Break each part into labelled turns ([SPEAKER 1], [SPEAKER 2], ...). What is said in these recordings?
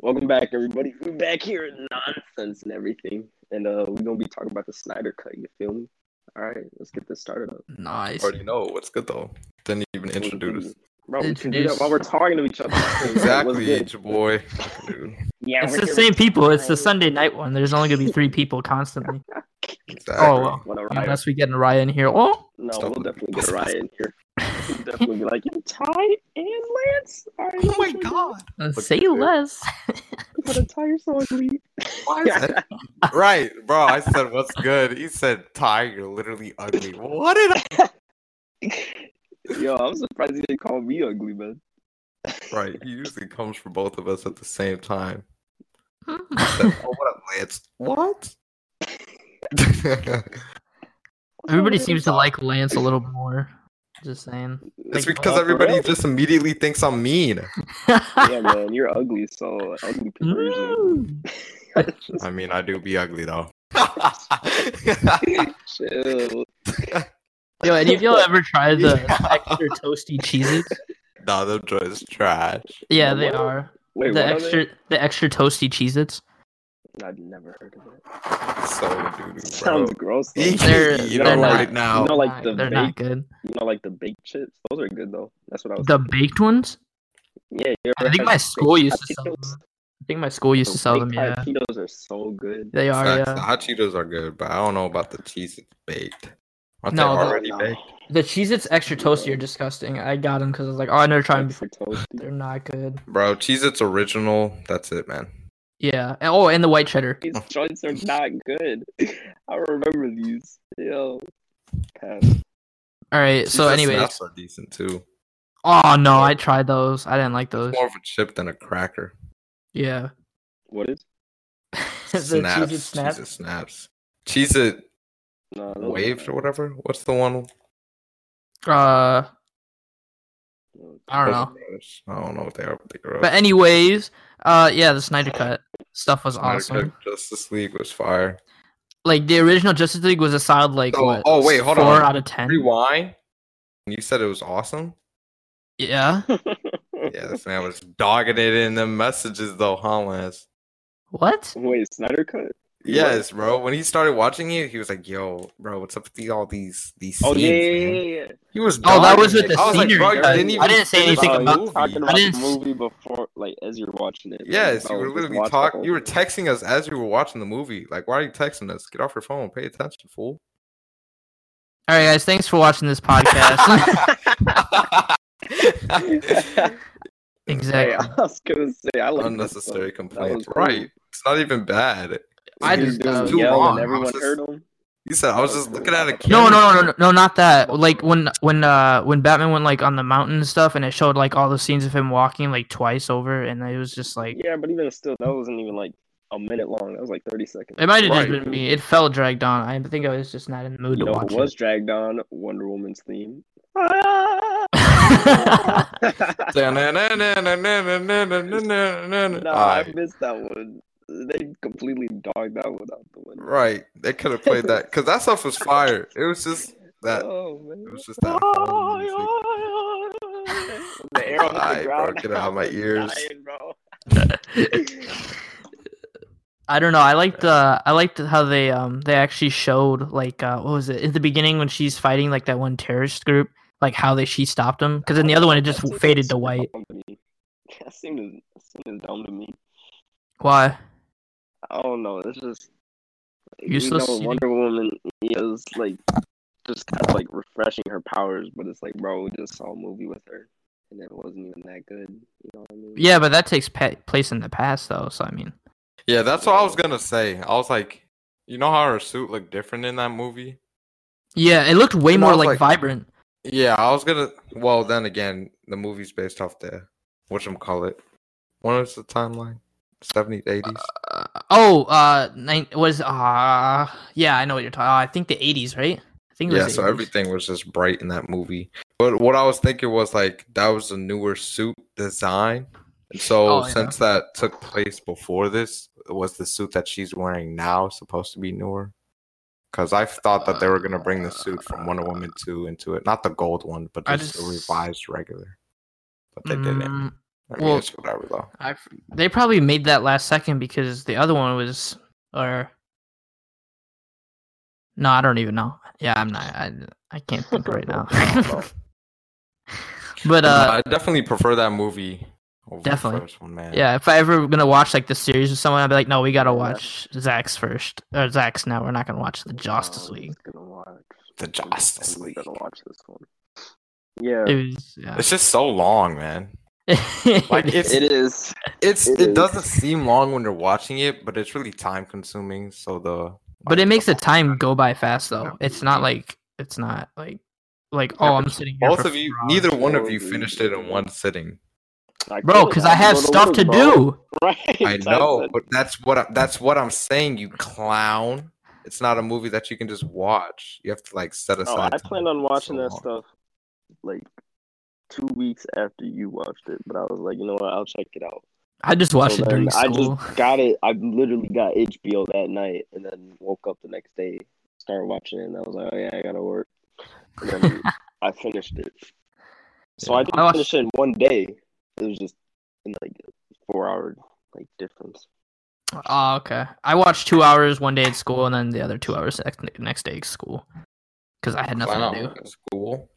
[SPEAKER 1] Welcome back, everybody. We're back here, nonsense and everything, and uh, we're gonna be talking about the Snyder Cut. You feel me? All right, let's get this started up.
[SPEAKER 2] Nice.
[SPEAKER 3] already know what's good though. Didn't even introduce us.
[SPEAKER 1] Bro, we can do
[SPEAKER 2] Introduce-
[SPEAKER 1] that while we're talking to each other. What's
[SPEAKER 3] Exactly,
[SPEAKER 1] good?
[SPEAKER 3] H boy. Dude,
[SPEAKER 1] Yeah,
[SPEAKER 2] It's
[SPEAKER 1] we're
[SPEAKER 2] the
[SPEAKER 1] here.
[SPEAKER 2] same people. It's the Sunday night one. There's only gonna be three people constantly,
[SPEAKER 3] Exactly.
[SPEAKER 2] Oh, well.
[SPEAKER 1] Whatever.
[SPEAKER 2] unless we get a riot in here. Oh,
[SPEAKER 1] No,
[SPEAKER 3] Stop
[SPEAKER 1] we'll
[SPEAKER 3] with the
[SPEAKER 1] definitely get
[SPEAKER 3] pussy.
[SPEAKER 1] Ryan in here. We'll definitely be like, "Yeah, Ty and Lance. All right,
[SPEAKER 3] Oh my
[SPEAKER 1] let's go.
[SPEAKER 3] god.
[SPEAKER 2] uh,
[SPEAKER 3] Look
[SPEAKER 2] say
[SPEAKER 3] at it.
[SPEAKER 2] less.
[SPEAKER 1] But a tire's so ugly.
[SPEAKER 3] Why is that? right, bro. I said what's good. He said Ty, you're literally ugly. What did I
[SPEAKER 1] Yo, I'm surprised you didn't call me ugly, man.
[SPEAKER 3] Right. He usually comes for both of us at the same time. Said,
[SPEAKER 2] Hmm.
[SPEAKER 3] oh what up, Lance? What?
[SPEAKER 2] Everybody seems to like Lance a little more. Just saying.
[SPEAKER 3] it's
[SPEAKER 2] Like, oh.
[SPEAKER 3] because
[SPEAKER 1] for
[SPEAKER 3] everybody
[SPEAKER 1] real?
[SPEAKER 3] just immediately thinks I'm mean.
[SPEAKER 1] Yeah, man, you're ugly, so ugly people. usually-
[SPEAKER 2] Mm.
[SPEAKER 3] I mean I do be ugly though.
[SPEAKER 1] Chill.
[SPEAKER 2] Yo, any of y'all ever try the extra toasty cheeses?
[SPEAKER 3] nah, them joints trash.
[SPEAKER 2] Yeah,
[SPEAKER 1] The
[SPEAKER 2] they
[SPEAKER 1] what?
[SPEAKER 2] are.
[SPEAKER 1] Wait,
[SPEAKER 2] the
[SPEAKER 1] what are
[SPEAKER 2] extra, the extra toasty cheeses.
[SPEAKER 1] they? I've never heard of it.
[SPEAKER 3] So dude, bro.
[SPEAKER 1] Sounds gross. Though.
[SPEAKER 3] You
[SPEAKER 2] They're-
[SPEAKER 3] know
[SPEAKER 2] they're not-
[SPEAKER 3] right now.
[SPEAKER 1] You know, like the
[SPEAKER 2] they're
[SPEAKER 1] baked,
[SPEAKER 2] not good.
[SPEAKER 1] you know, like the baked chips. Those are good though. That's what I was.
[SPEAKER 2] The baked ones.
[SPEAKER 1] yeah, you
[SPEAKER 2] I
[SPEAKER 1] ever
[SPEAKER 2] think
[SPEAKER 1] had
[SPEAKER 2] my
[SPEAKER 1] baked
[SPEAKER 2] school used to sell them.
[SPEAKER 1] taquitos?
[SPEAKER 2] I think my school used to
[SPEAKER 1] Those
[SPEAKER 2] sell them.
[SPEAKER 1] baked
[SPEAKER 2] Yeah,
[SPEAKER 1] taquitos are so good.
[SPEAKER 2] they are.
[SPEAKER 3] Facts, The
[SPEAKER 2] Yeah,
[SPEAKER 3] hot Cheetos are good, but I don't know about the cheese it's baked. Aren't
[SPEAKER 2] No,
[SPEAKER 3] they
[SPEAKER 2] the-
[SPEAKER 3] already baked?
[SPEAKER 2] the Cheez-Its extra toasty are disgusting. I got them because I was like, oh, I never tried them before.
[SPEAKER 1] Extra toasty.
[SPEAKER 2] They're not good.
[SPEAKER 3] Bro, cheese it's original. That's it, man.
[SPEAKER 2] Yeah. and- Oh, and the white cheddar.
[SPEAKER 1] These joints are not good. I remember these. Yo. Pass.
[SPEAKER 2] All right. So,
[SPEAKER 3] Cheez-Its
[SPEAKER 2] anyways,
[SPEAKER 3] nuts are decent too.
[SPEAKER 2] oh no, I tried those. I didn't like those.
[SPEAKER 3] It's more of a chip than a cracker.
[SPEAKER 2] Yeah.
[SPEAKER 1] What is?
[SPEAKER 2] the
[SPEAKER 3] snaps,
[SPEAKER 2] Cheez-It snaps.
[SPEAKER 3] Cheez-It snaps. Cheese it
[SPEAKER 1] No, those are
[SPEAKER 3] waved
[SPEAKER 1] bad.
[SPEAKER 3] or whatever. What's the one?
[SPEAKER 2] Uh, I don't know.
[SPEAKER 3] I don't know what they are. But they are.
[SPEAKER 2] But anyways, uh, yeah, the Snyder Cut stuff was
[SPEAKER 3] Snyder
[SPEAKER 2] awesome.
[SPEAKER 3] Cut Justice League was fire.
[SPEAKER 2] Like the original Justice League was a solid like
[SPEAKER 3] Oh,
[SPEAKER 2] what?
[SPEAKER 3] oh, wait, hold
[SPEAKER 2] four
[SPEAKER 3] on.
[SPEAKER 2] out of ten.
[SPEAKER 3] Rewind. And you said it was awesome.
[SPEAKER 2] Yeah.
[SPEAKER 3] Yeah, this man was dogging it in the messages though, huh, Lance?
[SPEAKER 2] What?
[SPEAKER 1] Wait, Snyder cut?
[SPEAKER 3] Yes, bro. When he started watching it, he was like, "Yo, bro, what's up with these, all these these
[SPEAKER 1] Oh
[SPEAKER 3] scenes?"
[SPEAKER 1] yeah,
[SPEAKER 3] man?"
[SPEAKER 1] yeah, yeah, yeah.
[SPEAKER 3] He was.
[SPEAKER 2] Oh, that was
[SPEAKER 3] dogging
[SPEAKER 2] with
[SPEAKER 3] it.
[SPEAKER 2] the
[SPEAKER 3] I was like,
[SPEAKER 2] scenery,
[SPEAKER 3] bro, you
[SPEAKER 2] guys.
[SPEAKER 3] didn't even
[SPEAKER 2] I didn't say
[SPEAKER 3] finish
[SPEAKER 2] anything
[SPEAKER 3] the
[SPEAKER 1] Oh, you were
[SPEAKER 2] about
[SPEAKER 3] movie.
[SPEAKER 1] talking about
[SPEAKER 2] didn't
[SPEAKER 1] the
[SPEAKER 2] s-
[SPEAKER 1] movie before, like as you're watching it. Like,
[SPEAKER 3] Yes, you
[SPEAKER 1] bro,
[SPEAKER 3] were
[SPEAKER 1] just
[SPEAKER 3] literally
[SPEAKER 1] watch the
[SPEAKER 3] talking.
[SPEAKER 1] whole
[SPEAKER 3] You were
[SPEAKER 1] thing.
[SPEAKER 3] texting us as you were watching the movie. Like, why are you texting us? Get off your phone. Pay attention, fool.
[SPEAKER 2] All right, guys. Thanks for watching this podcast.
[SPEAKER 1] Hey,
[SPEAKER 2] exactly.
[SPEAKER 1] I was gonna say I like
[SPEAKER 3] Unnecessary
[SPEAKER 1] complaint.
[SPEAKER 3] complaints. Right. It's not even bad.
[SPEAKER 2] I
[SPEAKER 3] He
[SPEAKER 2] just,
[SPEAKER 3] was
[SPEAKER 2] uh,
[SPEAKER 3] too
[SPEAKER 2] yelled
[SPEAKER 3] long.
[SPEAKER 1] and
[SPEAKER 3] I
[SPEAKER 1] everyone
[SPEAKER 3] was just-
[SPEAKER 1] heard him.
[SPEAKER 3] He said, "I was just looking at a
[SPEAKER 2] No,
[SPEAKER 3] camera."
[SPEAKER 2] no, no, no, no, not that. Like when, when, uh, when Batman went like on the mountain and stuff, and it showed like all the scenes of him walking like twice over, and it was just like
[SPEAKER 1] Yeah, but even still, that wasn't even like a minute long. That was like thirty seconds.
[SPEAKER 2] it might have
[SPEAKER 3] Right.
[SPEAKER 2] just been me. It felt dragged on. I think I was just not in the mood
[SPEAKER 1] You
[SPEAKER 2] to
[SPEAKER 1] know,
[SPEAKER 2] watch
[SPEAKER 1] it was dragged on Wonder Woman's theme.
[SPEAKER 2] it.
[SPEAKER 1] no, I
[SPEAKER 3] Alright.
[SPEAKER 1] missed that one. They completely dogged that one out the window.
[SPEAKER 3] Right. They could have played that because that stuff was fire. It was just that.
[SPEAKER 1] Oh man.
[SPEAKER 3] It was just that. horn music.
[SPEAKER 1] the arrow hit the
[SPEAKER 3] Alright, bro,
[SPEAKER 1] ground.
[SPEAKER 3] get out of my
[SPEAKER 1] I was
[SPEAKER 3] ears.
[SPEAKER 1] dying, bro.
[SPEAKER 2] I don't know. I liked uh I liked how they um they actually showed like uh what was it at the beginning when she's fighting like that one terrorist group like how they she stopped them because in the other one it just
[SPEAKER 1] That seems
[SPEAKER 2] faded to
[SPEAKER 1] dumb
[SPEAKER 2] white.
[SPEAKER 1] to me. That seemed that seemed dumb to me.
[SPEAKER 2] Why?
[SPEAKER 1] I don't know. It's just
[SPEAKER 2] Useless,
[SPEAKER 1] You
[SPEAKER 2] you
[SPEAKER 1] know, Wonder Woman is like just kind of like refreshing her powers, but it's like, bro, we just saw a movie with her, and it wasn't even that good. You know what I mean?
[SPEAKER 2] Yeah, but that takes pa- place in the past though. So I mean,
[SPEAKER 3] Yeah, that's what I was gonna say. I was like, you know how her suit looked different in that movie?
[SPEAKER 2] yeah, it looked way
[SPEAKER 3] And I
[SPEAKER 2] more
[SPEAKER 3] was
[SPEAKER 2] like,
[SPEAKER 3] like-
[SPEAKER 2] vibrant.
[SPEAKER 3] Yeah, I was gonna. Well, then again, the movie's based off the whatchamacallit. call it. When was the timeline? Seventies, eighties.
[SPEAKER 2] Uh, oh, uh, nine, was uh yeah, I know what you're talking. uh, I think the '80s, right? I think it was
[SPEAKER 3] Yeah,
[SPEAKER 2] the
[SPEAKER 3] so
[SPEAKER 2] 80s.
[SPEAKER 3] everything was just bright in that movie. But what I was thinking was like that was a newer suit design. And so
[SPEAKER 2] Oh, yeah.
[SPEAKER 3] since that took place before this, was the suit that she's wearing now supposed to be newer? Because I thought that they were gonna bring the suit from Wonder Woman two into it, not the gold one, but
[SPEAKER 2] I
[SPEAKER 3] just, the
[SPEAKER 2] just-
[SPEAKER 3] revised regular. But they didn't.
[SPEAKER 2] Mm,
[SPEAKER 3] I mean,
[SPEAKER 2] Well-
[SPEAKER 3] it's whatever though.
[SPEAKER 2] I f- they probably made that last second because the other one was or no, I don't even know. Yeah, I'm not. I, I can't think right now. but uh,
[SPEAKER 3] I definitely prefer that movie. Over
[SPEAKER 2] Definitely.
[SPEAKER 3] The first one, man.
[SPEAKER 2] yeah, if I ever gonna watch like the series with someone, I'd be like, no, we gotta
[SPEAKER 1] Yeah.
[SPEAKER 2] watch Zack's first or Zack's now. We're not gonna watch the Justice
[SPEAKER 3] Oh,
[SPEAKER 1] Um,
[SPEAKER 2] League.
[SPEAKER 1] just Gonna watch.
[SPEAKER 3] The Justice
[SPEAKER 1] I'm
[SPEAKER 3] League.
[SPEAKER 1] Gonna watch this one. Yeah,
[SPEAKER 2] It was, yeah.
[SPEAKER 3] It's just so long, man. Like it's
[SPEAKER 1] it is.
[SPEAKER 3] it's
[SPEAKER 1] it
[SPEAKER 3] it,
[SPEAKER 1] is.
[SPEAKER 3] doesn't seem long when you're watching it, but it's really time consuming. So the
[SPEAKER 2] but it makes the time go by fast
[SPEAKER 3] Yeah.
[SPEAKER 2] though. It's not like it's not like like oh, I'm sitting here.
[SPEAKER 3] both
[SPEAKER 2] for
[SPEAKER 3] of you,
[SPEAKER 2] four hours.
[SPEAKER 3] neither one of you
[SPEAKER 1] Hours.
[SPEAKER 3] finished it in one sitting.
[SPEAKER 1] I
[SPEAKER 2] bro,
[SPEAKER 1] could,
[SPEAKER 2] because I have
[SPEAKER 1] go
[SPEAKER 2] stuff
[SPEAKER 1] work,
[SPEAKER 2] to
[SPEAKER 1] bro.
[SPEAKER 2] do.
[SPEAKER 1] Right.
[SPEAKER 3] I know,
[SPEAKER 1] said-
[SPEAKER 3] but that's what I, that's what I'm saying, you clown. It's not a movie that you can just watch. You have to like set
[SPEAKER 1] No,
[SPEAKER 3] aside.
[SPEAKER 1] Oh, I
[SPEAKER 3] time.
[SPEAKER 1] plan on watching
[SPEAKER 3] so
[SPEAKER 1] that
[SPEAKER 3] long.
[SPEAKER 1] stuff like two weeks after you watched it, but I was like, you know what? I'll check it out.
[SPEAKER 2] I just watched
[SPEAKER 1] So
[SPEAKER 2] it during
[SPEAKER 1] then I
[SPEAKER 2] school.
[SPEAKER 1] just got it. I literally got HBO that night, and then woke up the next day, started watching it, and I was like, oh yeah, I gotta work. And then I finished it. So I didn't
[SPEAKER 2] I watched-
[SPEAKER 1] finish it in one day. It was just in like four hour like difference.
[SPEAKER 2] Oh, okay. I watched two hours one day at school, and then the other two hours next, next day at school because I had nothing
[SPEAKER 3] Clown
[SPEAKER 2] to do.
[SPEAKER 3] at school.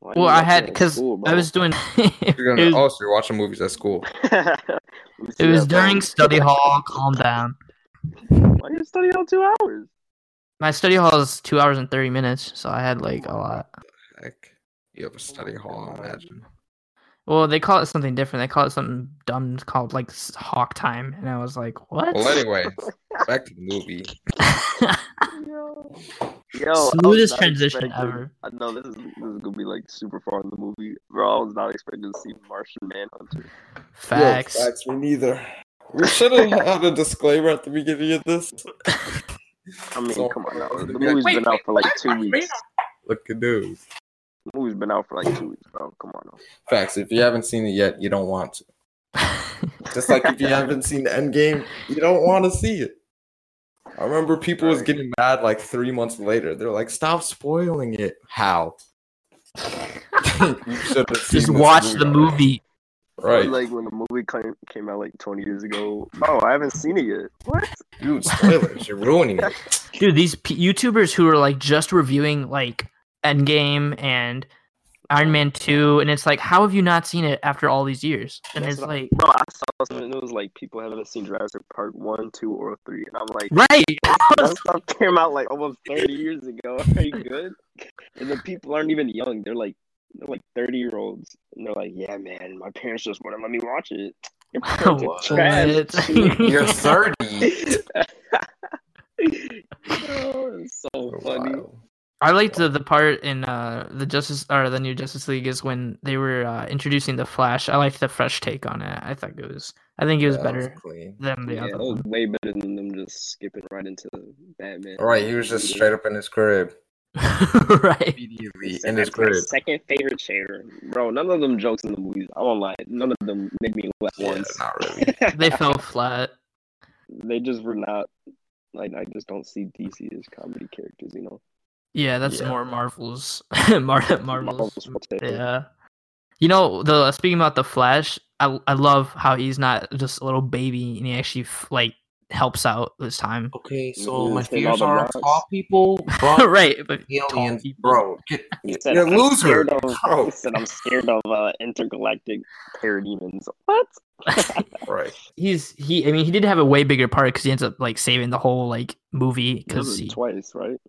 [SPEAKER 1] Why
[SPEAKER 2] Well,
[SPEAKER 1] you
[SPEAKER 2] I
[SPEAKER 1] watching
[SPEAKER 2] had
[SPEAKER 1] it in
[SPEAKER 2] because
[SPEAKER 1] school,
[SPEAKER 2] I
[SPEAKER 1] bro?
[SPEAKER 2] was doing. it
[SPEAKER 3] You're gonna,
[SPEAKER 2] was,
[SPEAKER 3] oh, so you're watching movies at school.
[SPEAKER 1] Let me see
[SPEAKER 2] it was
[SPEAKER 1] that phone.
[SPEAKER 2] during study hall. Calm down.
[SPEAKER 1] Why you study all two hours?
[SPEAKER 2] My study hall is two hours and thirty minutes, so I had like a lot.
[SPEAKER 3] Heck, you have a study hall. I imagine.
[SPEAKER 2] Well, they call it something different. They call it something dumb called like s- hawk time, and I was like, what?
[SPEAKER 3] Well, anyways, back to the movie.
[SPEAKER 1] Yo, Yo I was
[SPEAKER 2] Smoothest
[SPEAKER 1] not
[SPEAKER 2] transition
[SPEAKER 1] expecting-
[SPEAKER 2] ever.
[SPEAKER 1] I know this is this is gonna be like super far in the movie, bro. I was not expecting to see Martian Manhunter.
[SPEAKER 2] Facts.
[SPEAKER 3] me neither. We should have had a disclaimer at the beginning of this.
[SPEAKER 1] I mean,
[SPEAKER 3] So-
[SPEAKER 1] come on now. The
[SPEAKER 3] Wait,
[SPEAKER 1] movie's been out for like two weeks.
[SPEAKER 3] Look at dude.
[SPEAKER 1] The movie's been out for like two weeks, bro. Come on now.
[SPEAKER 3] Facts. If you haven't seen it yet, you don't want to. Just like if you haven't seen Endgame, you don't want to see it. I remember people was
[SPEAKER 1] Right.
[SPEAKER 3] getting mad like three months later. They're like, "Stop spoiling it." How? You should have
[SPEAKER 2] Just
[SPEAKER 3] seen this
[SPEAKER 2] watch the movie.
[SPEAKER 3] right?
[SPEAKER 1] Like when the movie came, came out like 20 years ago. Bro, I haven't seen it yet. What?
[SPEAKER 3] Dude, spoilers. You're ruining it.
[SPEAKER 2] dude these p- youtubers who are like just reviewing like endgame and iron man 2 and it's like how have you not seen it after all these years and
[SPEAKER 1] That's
[SPEAKER 2] it's
[SPEAKER 1] what
[SPEAKER 2] like
[SPEAKER 1] Bro, I saw something. It was like people haven't seen Jurassic Park one, two, or three, and I'm like,
[SPEAKER 2] right
[SPEAKER 1] that stuff came out like almost 30 years ago. Are you good? And the people aren't even young. They're like they're like 30 year olds. And they're like, yeah, man, my parents just wouldn't let me watch it. Your parents are
[SPEAKER 2] What?
[SPEAKER 1] trash.
[SPEAKER 3] You're thirty.
[SPEAKER 1] oh, it's so funny.
[SPEAKER 2] i liked the, the part in uh the justice or the new justice league is when they were uh, introducing the flash i liked the fresh take on it i thought it was i think it was better
[SPEAKER 3] clean.
[SPEAKER 2] than the
[SPEAKER 1] Yeah,
[SPEAKER 2] other
[SPEAKER 1] that
[SPEAKER 2] one.
[SPEAKER 1] was way better than them just skipping right into Batman.
[SPEAKER 3] All right, he was just straight up in his crib.
[SPEAKER 2] right
[SPEAKER 3] Immediately
[SPEAKER 1] Said
[SPEAKER 3] in his
[SPEAKER 1] that's my
[SPEAKER 3] crib.
[SPEAKER 1] second favorite chair, bro. None of them jokes in the movies. I won't lie. None of them made me laugh
[SPEAKER 3] Yeah,
[SPEAKER 1] once.
[SPEAKER 3] not really.
[SPEAKER 2] they fell flat
[SPEAKER 1] they just were not like I just don't see DC as comedy characters, you know.
[SPEAKER 2] yeah that's
[SPEAKER 3] Yeah.
[SPEAKER 2] more marvels Mar- marvels
[SPEAKER 1] Marvel's what they do.
[SPEAKER 2] Yeah. You know, the uh, speaking about the Flash, I I love how he's not just a little baby and he actually f- like helps out this time.
[SPEAKER 3] Okay,
[SPEAKER 1] so my fears are of tall
[SPEAKER 3] people,
[SPEAKER 1] Oh,
[SPEAKER 2] right, but
[SPEAKER 3] aliens,
[SPEAKER 2] people.
[SPEAKER 3] bro. Get,
[SPEAKER 1] He
[SPEAKER 3] get-
[SPEAKER 1] said,
[SPEAKER 3] you're a
[SPEAKER 1] "I'm
[SPEAKER 3] loser,
[SPEAKER 1] scared of-
[SPEAKER 3] bro.
[SPEAKER 1] He said I'm scared of uh, intergalactic parademons. What?
[SPEAKER 3] Right.
[SPEAKER 2] he's he I mean, he did have a way bigger part cuz he ends up like saving the whole like movie cuz
[SPEAKER 1] Because
[SPEAKER 2] he
[SPEAKER 1] twice, right?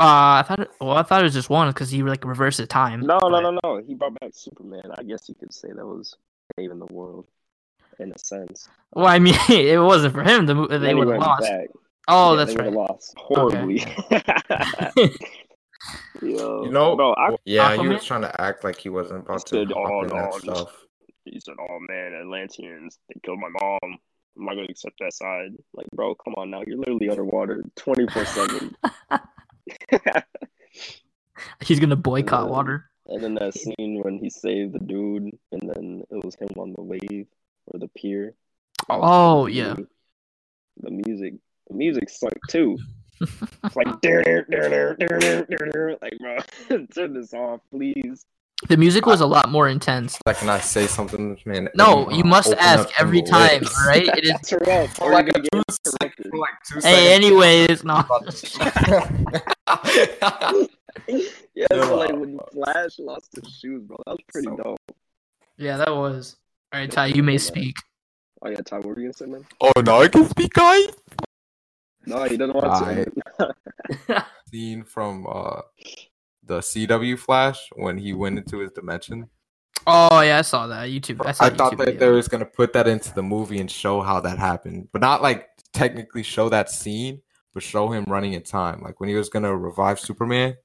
[SPEAKER 2] uh I thought it, well, I thought it was just one cuz he like reversed the time.
[SPEAKER 1] No, no,
[SPEAKER 2] but-
[SPEAKER 1] no, no. He brought back Superman. I guess you could say that was saving the world, in a sense.
[SPEAKER 2] Well, I mean, it wasn't for him the mo- they
[SPEAKER 1] Then he
[SPEAKER 2] would have
[SPEAKER 1] went
[SPEAKER 2] lost.
[SPEAKER 1] back.
[SPEAKER 2] Oh,
[SPEAKER 1] Yeah,
[SPEAKER 2] that's
[SPEAKER 1] they
[SPEAKER 2] right.
[SPEAKER 1] would've Lost horribly. Yo,
[SPEAKER 3] You know,
[SPEAKER 1] bro. I,
[SPEAKER 3] yeah, he
[SPEAKER 2] Aquaman?
[SPEAKER 3] was trying to act like he wasn't about to
[SPEAKER 1] said,
[SPEAKER 3] hop
[SPEAKER 1] "Oh,
[SPEAKER 3] in
[SPEAKER 1] no,
[SPEAKER 3] that
[SPEAKER 1] I'm just-
[SPEAKER 3] stuff.
[SPEAKER 1] he said, "Oh man, Atlanteans, they killed my mom. I'm not gonna accept that side." Like, bro, come on now. You're literally underwater, twenty four seven.
[SPEAKER 2] He's going to boycott
[SPEAKER 1] Yeah.
[SPEAKER 2] water.
[SPEAKER 1] And then that scene when he saved the dude, and then it was him on the wave or the pier.
[SPEAKER 2] Oh, yeah.
[SPEAKER 1] The music, the music sucked too. It's like, "Durr, durr, durr, durr, durr, durr," like, bro, turn this off, please.
[SPEAKER 2] The music was a lot more intense.
[SPEAKER 3] Like, can I say something, man?
[SPEAKER 2] No,
[SPEAKER 3] Everyone
[SPEAKER 2] you must
[SPEAKER 3] open
[SPEAKER 2] ask
[SPEAKER 3] up
[SPEAKER 2] every
[SPEAKER 3] your
[SPEAKER 2] time,
[SPEAKER 3] lips.
[SPEAKER 2] right? It is.
[SPEAKER 1] That's rough.
[SPEAKER 3] For
[SPEAKER 1] We're
[SPEAKER 3] like
[SPEAKER 1] gonna
[SPEAKER 3] a
[SPEAKER 1] get
[SPEAKER 3] two
[SPEAKER 1] corrected.
[SPEAKER 3] second, for like two
[SPEAKER 2] Hey,
[SPEAKER 3] seconds.
[SPEAKER 2] anyways, no.
[SPEAKER 1] Yeah, it's
[SPEAKER 3] Yeah.
[SPEAKER 1] like when Flash lost his shoes, bro. That was pretty
[SPEAKER 3] So-
[SPEAKER 1] dope.
[SPEAKER 2] Yeah, that was. All right, Ty, you may speak.
[SPEAKER 1] Oh yeah, Ty, what were you gonna say, man?
[SPEAKER 3] oh, now I can speak, guys.
[SPEAKER 1] No, he doesn't want to.
[SPEAKER 3] Alright. Scene from uh, the CW Flash when he went into his dimension.
[SPEAKER 2] Oh yeah, I saw that YouTube. I, saw
[SPEAKER 3] I
[SPEAKER 2] a
[SPEAKER 3] thought
[SPEAKER 2] YouTube
[SPEAKER 3] that
[SPEAKER 2] video.
[SPEAKER 3] they was gonna put that into the movie and show how that happened, but not like technically show that scene, but show him running in time. Like when he was gonna revive Superman,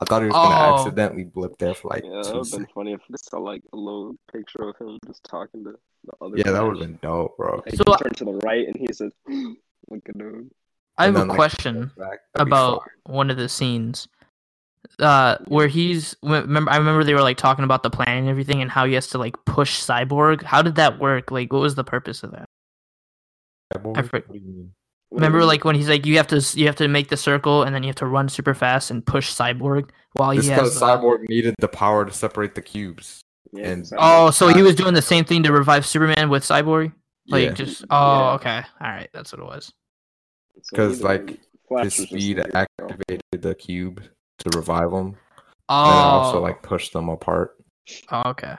[SPEAKER 3] I thought he was gonna
[SPEAKER 2] Oh.
[SPEAKER 3] accidentally blip there for like
[SPEAKER 1] yeah, that
[SPEAKER 3] two
[SPEAKER 1] would've been
[SPEAKER 3] seconds.
[SPEAKER 1] funny if we saw like a little picture of him just talking to the other.
[SPEAKER 3] Yeah, that
[SPEAKER 1] Flash.
[SPEAKER 3] would have been dope, bro.
[SPEAKER 1] Like,
[SPEAKER 2] So uh,
[SPEAKER 1] he
[SPEAKER 2] I-
[SPEAKER 1] turned to the right and he said, "Look at dude."
[SPEAKER 2] I have a
[SPEAKER 3] And then, like,
[SPEAKER 2] question
[SPEAKER 3] That'd be
[SPEAKER 2] about
[SPEAKER 3] fire.
[SPEAKER 2] one of the scenes, uh, where he's. Remember, I remember they were like talking about the plan and everything, and how he has to like push Cyborg. How did that work? Like, what was the purpose of that?
[SPEAKER 3] Cyborg?
[SPEAKER 2] I forg-
[SPEAKER 3] What do you mean?
[SPEAKER 2] Remember, like when he's like, you have to you have to make the circle, and then you have to run super fast and push Cyborg while
[SPEAKER 3] It's
[SPEAKER 2] he
[SPEAKER 3] because
[SPEAKER 2] has. the-
[SPEAKER 3] Cyborg needed the power to separate the cubes.
[SPEAKER 1] Yeah,
[SPEAKER 3] and-
[SPEAKER 1] exactly.
[SPEAKER 2] Oh, so he was doing the same thing to revive Superman with Cyborg. Like
[SPEAKER 3] Yeah,
[SPEAKER 2] just oh
[SPEAKER 1] Yeah.
[SPEAKER 2] okay, all right, that's what it was.
[SPEAKER 1] So
[SPEAKER 3] 'cause,
[SPEAKER 1] either way,
[SPEAKER 3] like,
[SPEAKER 1] Flash
[SPEAKER 3] his
[SPEAKER 1] was just
[SPEAKER 3] speed
[SPEAKER 1] like, "Yo."
[SPEAKER 3] activated the cube to revive them,
[SPEAKER 2] Oh,
[SPEAKER 3] and then also like pushed them apart.
[SPEAKER 2] oh, okay.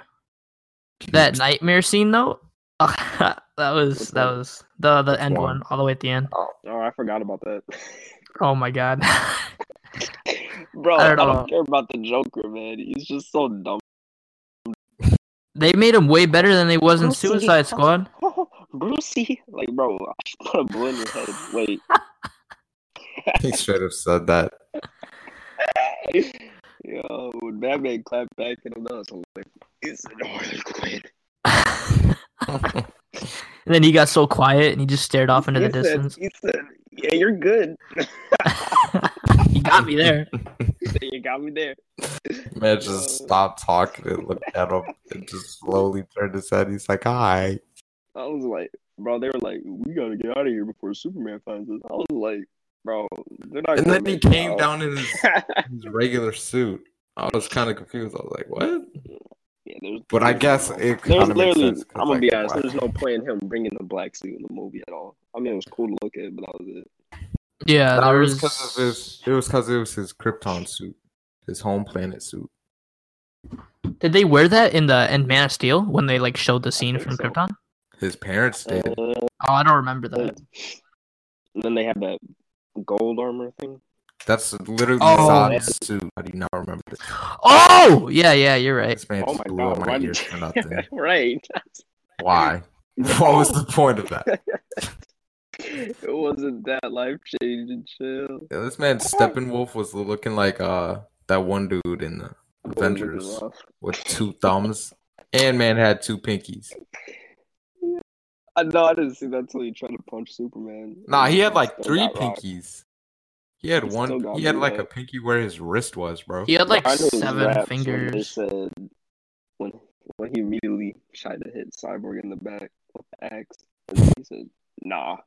[SPEAKER 2] That
[SPEAKER 3] Cubes.
[SPEAKER 2] nightmare scene though, that was
[SPEAKER 1] Which
[SPEAKER 2] that
[SPEAKER 1] one?
[SPEAKER 2] was the the end
[SPEAKER 3] one?
[SPEAKER 2] one all the way at the end.
[SPEAKER 1] Oh, I forgot about that.
[SPEAKER 2] Oh my god.
[SPEAKER 1] Bro,
[SPEAKER 2] I
[SPEAKER 1] I
[SPEAKER 2] don't
[SPEAKER 1] don't,
[SPEAKER 2] know.
[SPEAKER 1] care about the Joker, man. He's just so dumb.
[SPEAKER 2] They made him way better than they was in
[SPEAKER 1] Bruce Lee.
[SPEAKER 2] Suicide Squad.
[SPEAKER 1] Brucey, like, bro, I should put a bullet in your head. Wait,
[SPEAKER 3] he should have said that.
[SPEAKER 1] yo, when Batman clapped back at him, that was like, it's an Harley Quinn.
[SPEAKER 2] and then he got so quiet and he just stared off into the
[SPEAKER 1] He said-
[SPEAKER 2] distance.
[SPEAKER 1] He said, "Yeah, you're good.
[SPEAKER 2] he got me there.
[SPEAKER 1] you got me there." Uh,
[SPEAKER 3] Man just stopped talking and looked at him and just slowly turned his head. He's like, "Hi."
[SPEAKER 1] I was like, "Bro, they were like, we gotta get out of here before Superman finds us." I was like, "Bro, they're not."
[SPEAKER 3] And
[SPEAKER 1] gonna
[SPEAKER 3] then he
[SPEAKER 1] make it
[SPEAKER 3] came
[SPEAKER 1] out."
[SPEAKER 3] down in his, his regular suit. I was kind of confused. I was like, "What?"
[SPEAKER 1] yeah, there's,
[SPEAKER 3] But I
[SPEAKER 1] there's-
[SPEAKER 3] guess it
[SPEAKER 1] There's
[SPEAKER 3] kind of makes
[SPEAKER 1] literally,
[SPEAKER 3] sense. 'cause,
[SPEAKER 1] I'm gonna
[SPEAKER 3] like,
[SPEAKER 1] be honest.
[SPEAKER 3] why-
[SPEAKER 1] There's no point in him bringing the black suit in the movie at all. I mean, it was cool to look at, but that was it.
[SPEAKER 2] Yeah,
[SPEAKER 3] Nah,
[SPEAKER 2] there
[SPEAKER 3] it
[SPEAKER 2] was.
[SPEAKER 3] was because of his. It was because it was his Krypton suit, his home planet suit.
[SPEAKER 2] Did they wear that in the in Man of Steel when they like showed the scene
[SPEAKER 1] think
[SPEAKER 2] from
[SPEAKER 1] so.
[SPEAKER 2] Krypton?
[SPEAKER 3] His parents did.
[SPEAKER 1] Uh,
[SPEAKER 2] Oh, I don't remember that.
[SPEAKER 1] and then they had that gold armor thing.
[SPEAKER 3] That's literally
[SPEAKER 2] Oh,
[SPEAKER 3] Zod's
[SPEAKER 1] yeah.
[SPEAKER 3] suit. I do not remember this.
[SPEAKER 2] Oh, yeah, yeah, you're right.
[SPEAKER 3] This man
[SPEAKER 1] Oh
[SPEAKER 3] just
[SPEAKER 1] my
[SPEAKER 3] blew out
[SPEAKER 1] god!
[SPEAKER 3] my
[SPEAKER 1] Why did
[SPEAKER 3] ears for nothing.
[SPEAKER 1] right?
[SPEAKER 3] Why? What was the point of that?
[SPEAKER 1] it wasn't that life changing. Chill.
[SPEAKER 3] Yeah, this man Steppenwolf was looking like uh that one dude in the Avengers with two thumbs. And man had two pinkies.
[SPEAKER 1] I know I didn't see that until he tried to punch Superman.
[SPEAKER 3] Nah, he had like
[SPEAKER 1] Still
[SPEAKER 3] three
[SPEAKER 1] got rocked.
[SPEAKER 3] pinkies. He had
[SPEAKER 1] He still
[SPEAKER 3] one.
[SPEAKER 1] got
[SPEAKER 3] He had
[SPEAKER 1] me,
[SPEAKER 3] like a
[SPEAKER 1] man.
[SPEAKER 3] pinky where his wrist was, bro.
[SPEAKER 2] He had like
[SPEAKER 1] I knew it was
[SPEAKER 2] seven
[SPEAKER 1] wraps When, they
[SPEAKER 2] fingers.
[SPEAKER 1] said, when when he immediately tried to hit Cyborg in the back with the axe, and then he said, "Nah."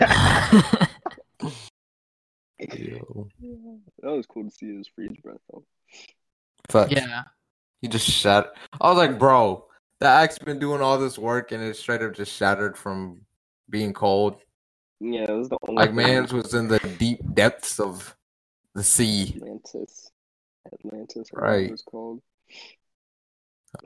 [SPEAKER 1] that
[SPEAKER 3] Ew.
[SPEAKER 1] was cool to see his freeze breath though.
[SPEAKER 3] Fuck.
[SPEAKER 2] yeah,
[SPEAKER 3] He just shattered. I was like, bro, the axe been doing all this work and it's straight up just shattered from being cold.
[SPEAKER 1] Yeah, it was the only
[SPEAKER 3] Like
[SPEAKER 1] thing.
[SPEAKER 3] man's was in the deep depths of the sea.
[SPEAKER 1] Atlantis. Atlantis, or whatever
[SPEAKER 3] Right.
[SPEAKER 1] It's called.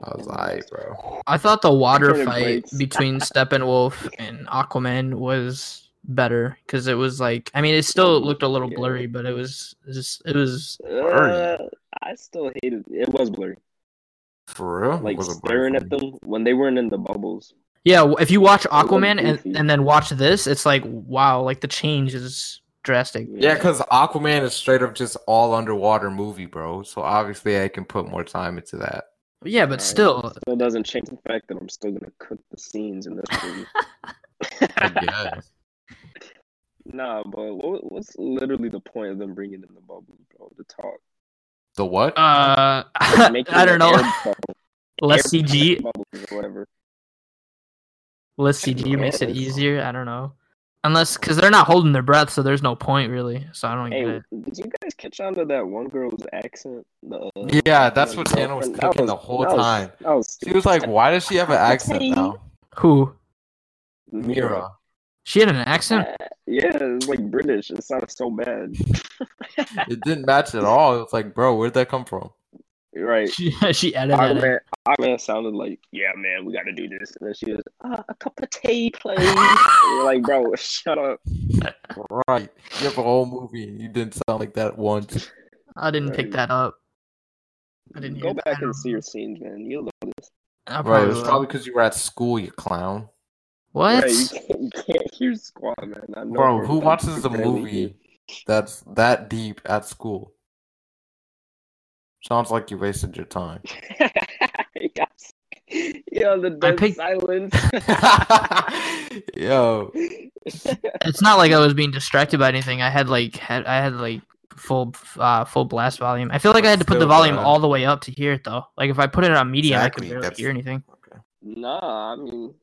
[SPEAKER 3] I was like, bro.
[SPEAKER 2] I thought the water
[SPEAKER 1] Jordan
[SPEAKER 2] fight
[SPEAKER 1] Blades.
[SPEAKER 2] between Steppenwolf and Aquaman was better because it was like I mean it still looked a little
[SPEAKER 1] Yeah.
[SPEAKER 2] blurry, but it was just it was
[SPEAKER 1] Uh, I still hated it. It was blurry.
[SPEAKER 3] For real?
[SPEAKER 1] Like
[SPEAKER 3] Was it
[SPEAKER 1] staring
[SPEAKER 3] Black
[SPEAKER 1] at
[SPEAKER 3] Friday?
[SPEAKER 1] them when they weren't in the bubbles.
[SPEAKER 2] yeah. If you watch Aquaman
[SPEAKER 1] goofy.
[SPEAKER 2] and and then watch this, it's like wow, like the change is drastic.
[SPEAKER 3] Yeah, because Aquaman is straight up just all underwater movie, bro. So obviously I can put more time into that.
[SPEAKER 2] Yeah, but
[SPEAKER 1] Alright.
[SPEAKER 2] still,
[SPEAKER 1] Still doesn't change the fact that I'm still gonna cook the scenes in this movie.
[SPEAKER 3] I guess.
[SPEAKER 1] nah, but what, what's literally the point of them bringing in the bubbles, bro? To talk.
[SPEAKER 3] the what?
[SPEAKER 2] uh,
[SPEAKER 1] Making
[SPEAKER 2] I
[SPEAKER 1] the
[SPEAKER 2] don't know.
[SPEAKER 1] air bubble-
[SPEAKER 2] Less
[SPEAKER 1] air
[SPEAKER 2] CG,
[SPEAKER 1] bubbles or whatever.
[SPEAKER 2] less CG makes it
[SPEAKER 1] Yes.
[SPEAKER 2] easier. I don't know. Unless, because they're not holding their breath, so there's no point really. So I don't
[SPEAKER 1] Hey,
[SPEAKER 2] even. get it.
[SPEAKER 1] did you guys catch on to that one girl's accent? The, uh,
[SPEAKER 3] Yeah, that's
[SPEAKER 1] the
[SPEAKER 3] what Anna was
[SPEAKER 1] girlfriend? That
[SPEAKER 3] cooking the whole
[SPEAKER 1] that was-
[SPEAKER 3] time.
[SPEAKER 1] That was
[SPEAKER 3] She was like, "Why does she have an accent now?"
[SPEAKER 2] Who?
[SPEAKER 3] Mira.
[SPEAKER 2] She had an accent.
[SPEAKER 1] Yeah, it was like British. It sounded so bad.
[SPEAKER 3] It didn't match at all. It's like, bro, where'd that come from?
[SPEAKER 1] Right.
[SPEAKER 2] She, she edited
[SPEAKER 1] Iron
[SPEAKER 2] it.
[SPEAKER 1] Man, Iron Man sounded like, yeah, man, we got to do this. And then she was, uh, a cup of tea, please. And you're like, bro, shut up.
[SPEAKER 3] Right. You have a whole movie and you didn't sound like that once.
[SPEAKER 2] I didn't pick
[SPEAKER 1] Right.
[SPEAKER 2] that up. I didn't
[SPEAKER 1] Go
[SPEAKER 2] hear
[SPEAKER 1] back
[SPEAKER 2] that.
[SPEAKER 1] and see your scenes, man. You'll notice.
[SPEAKER 2] I
[SPEAKER 3] Right. It
[SPEAKER 2] probably
[SPEAKER 3] was
[SPEAKER 2] will.
[SPEAKER 3] probably because you were at school, you clown.
[SPEAKER 2] what?
[SPEAKER 1] Right, you, can't, you can't hear squat, man. I know
[SPEAKER 3] Bro,
[SPEAKER 1] for a
[SPEAKER 3] who
[SPEAKER 1] fact
[SPEAKER 3] watches
[SPEAKER 1] you
[SPEAKER 3] the
[SPEAKER 1] barely hear.
[SPEAKER 3] movie that's that deep at school? Sounds like you wasted your time.
[SPEAKER 1] You guys- Yo, the
[SPEAKER 2] I
[SPEAKER 1] dead
[SPEAKER 2] picked-
[SPEAKER 1] silence.
[SPEAKER 3] Yo,
[SPEAKER 2] It's not like I was being distracted by anything. I had like had I had like full uh full blast volume. I feel like I had to put the
[SPEAKER 3] Still,
[SPEAKER 2] volume
[SPEAKER 3] uh,
[SPEAKER 2] all the way up to hear it though. Like if I put it on medium,
[SPEAKER 3] Exactly,
[SPEAKER 2] I could barely
[SPEAKER 3] that's-
[SPEAKER 2] hear anything.
[SPEAKER 1] nah, I mean,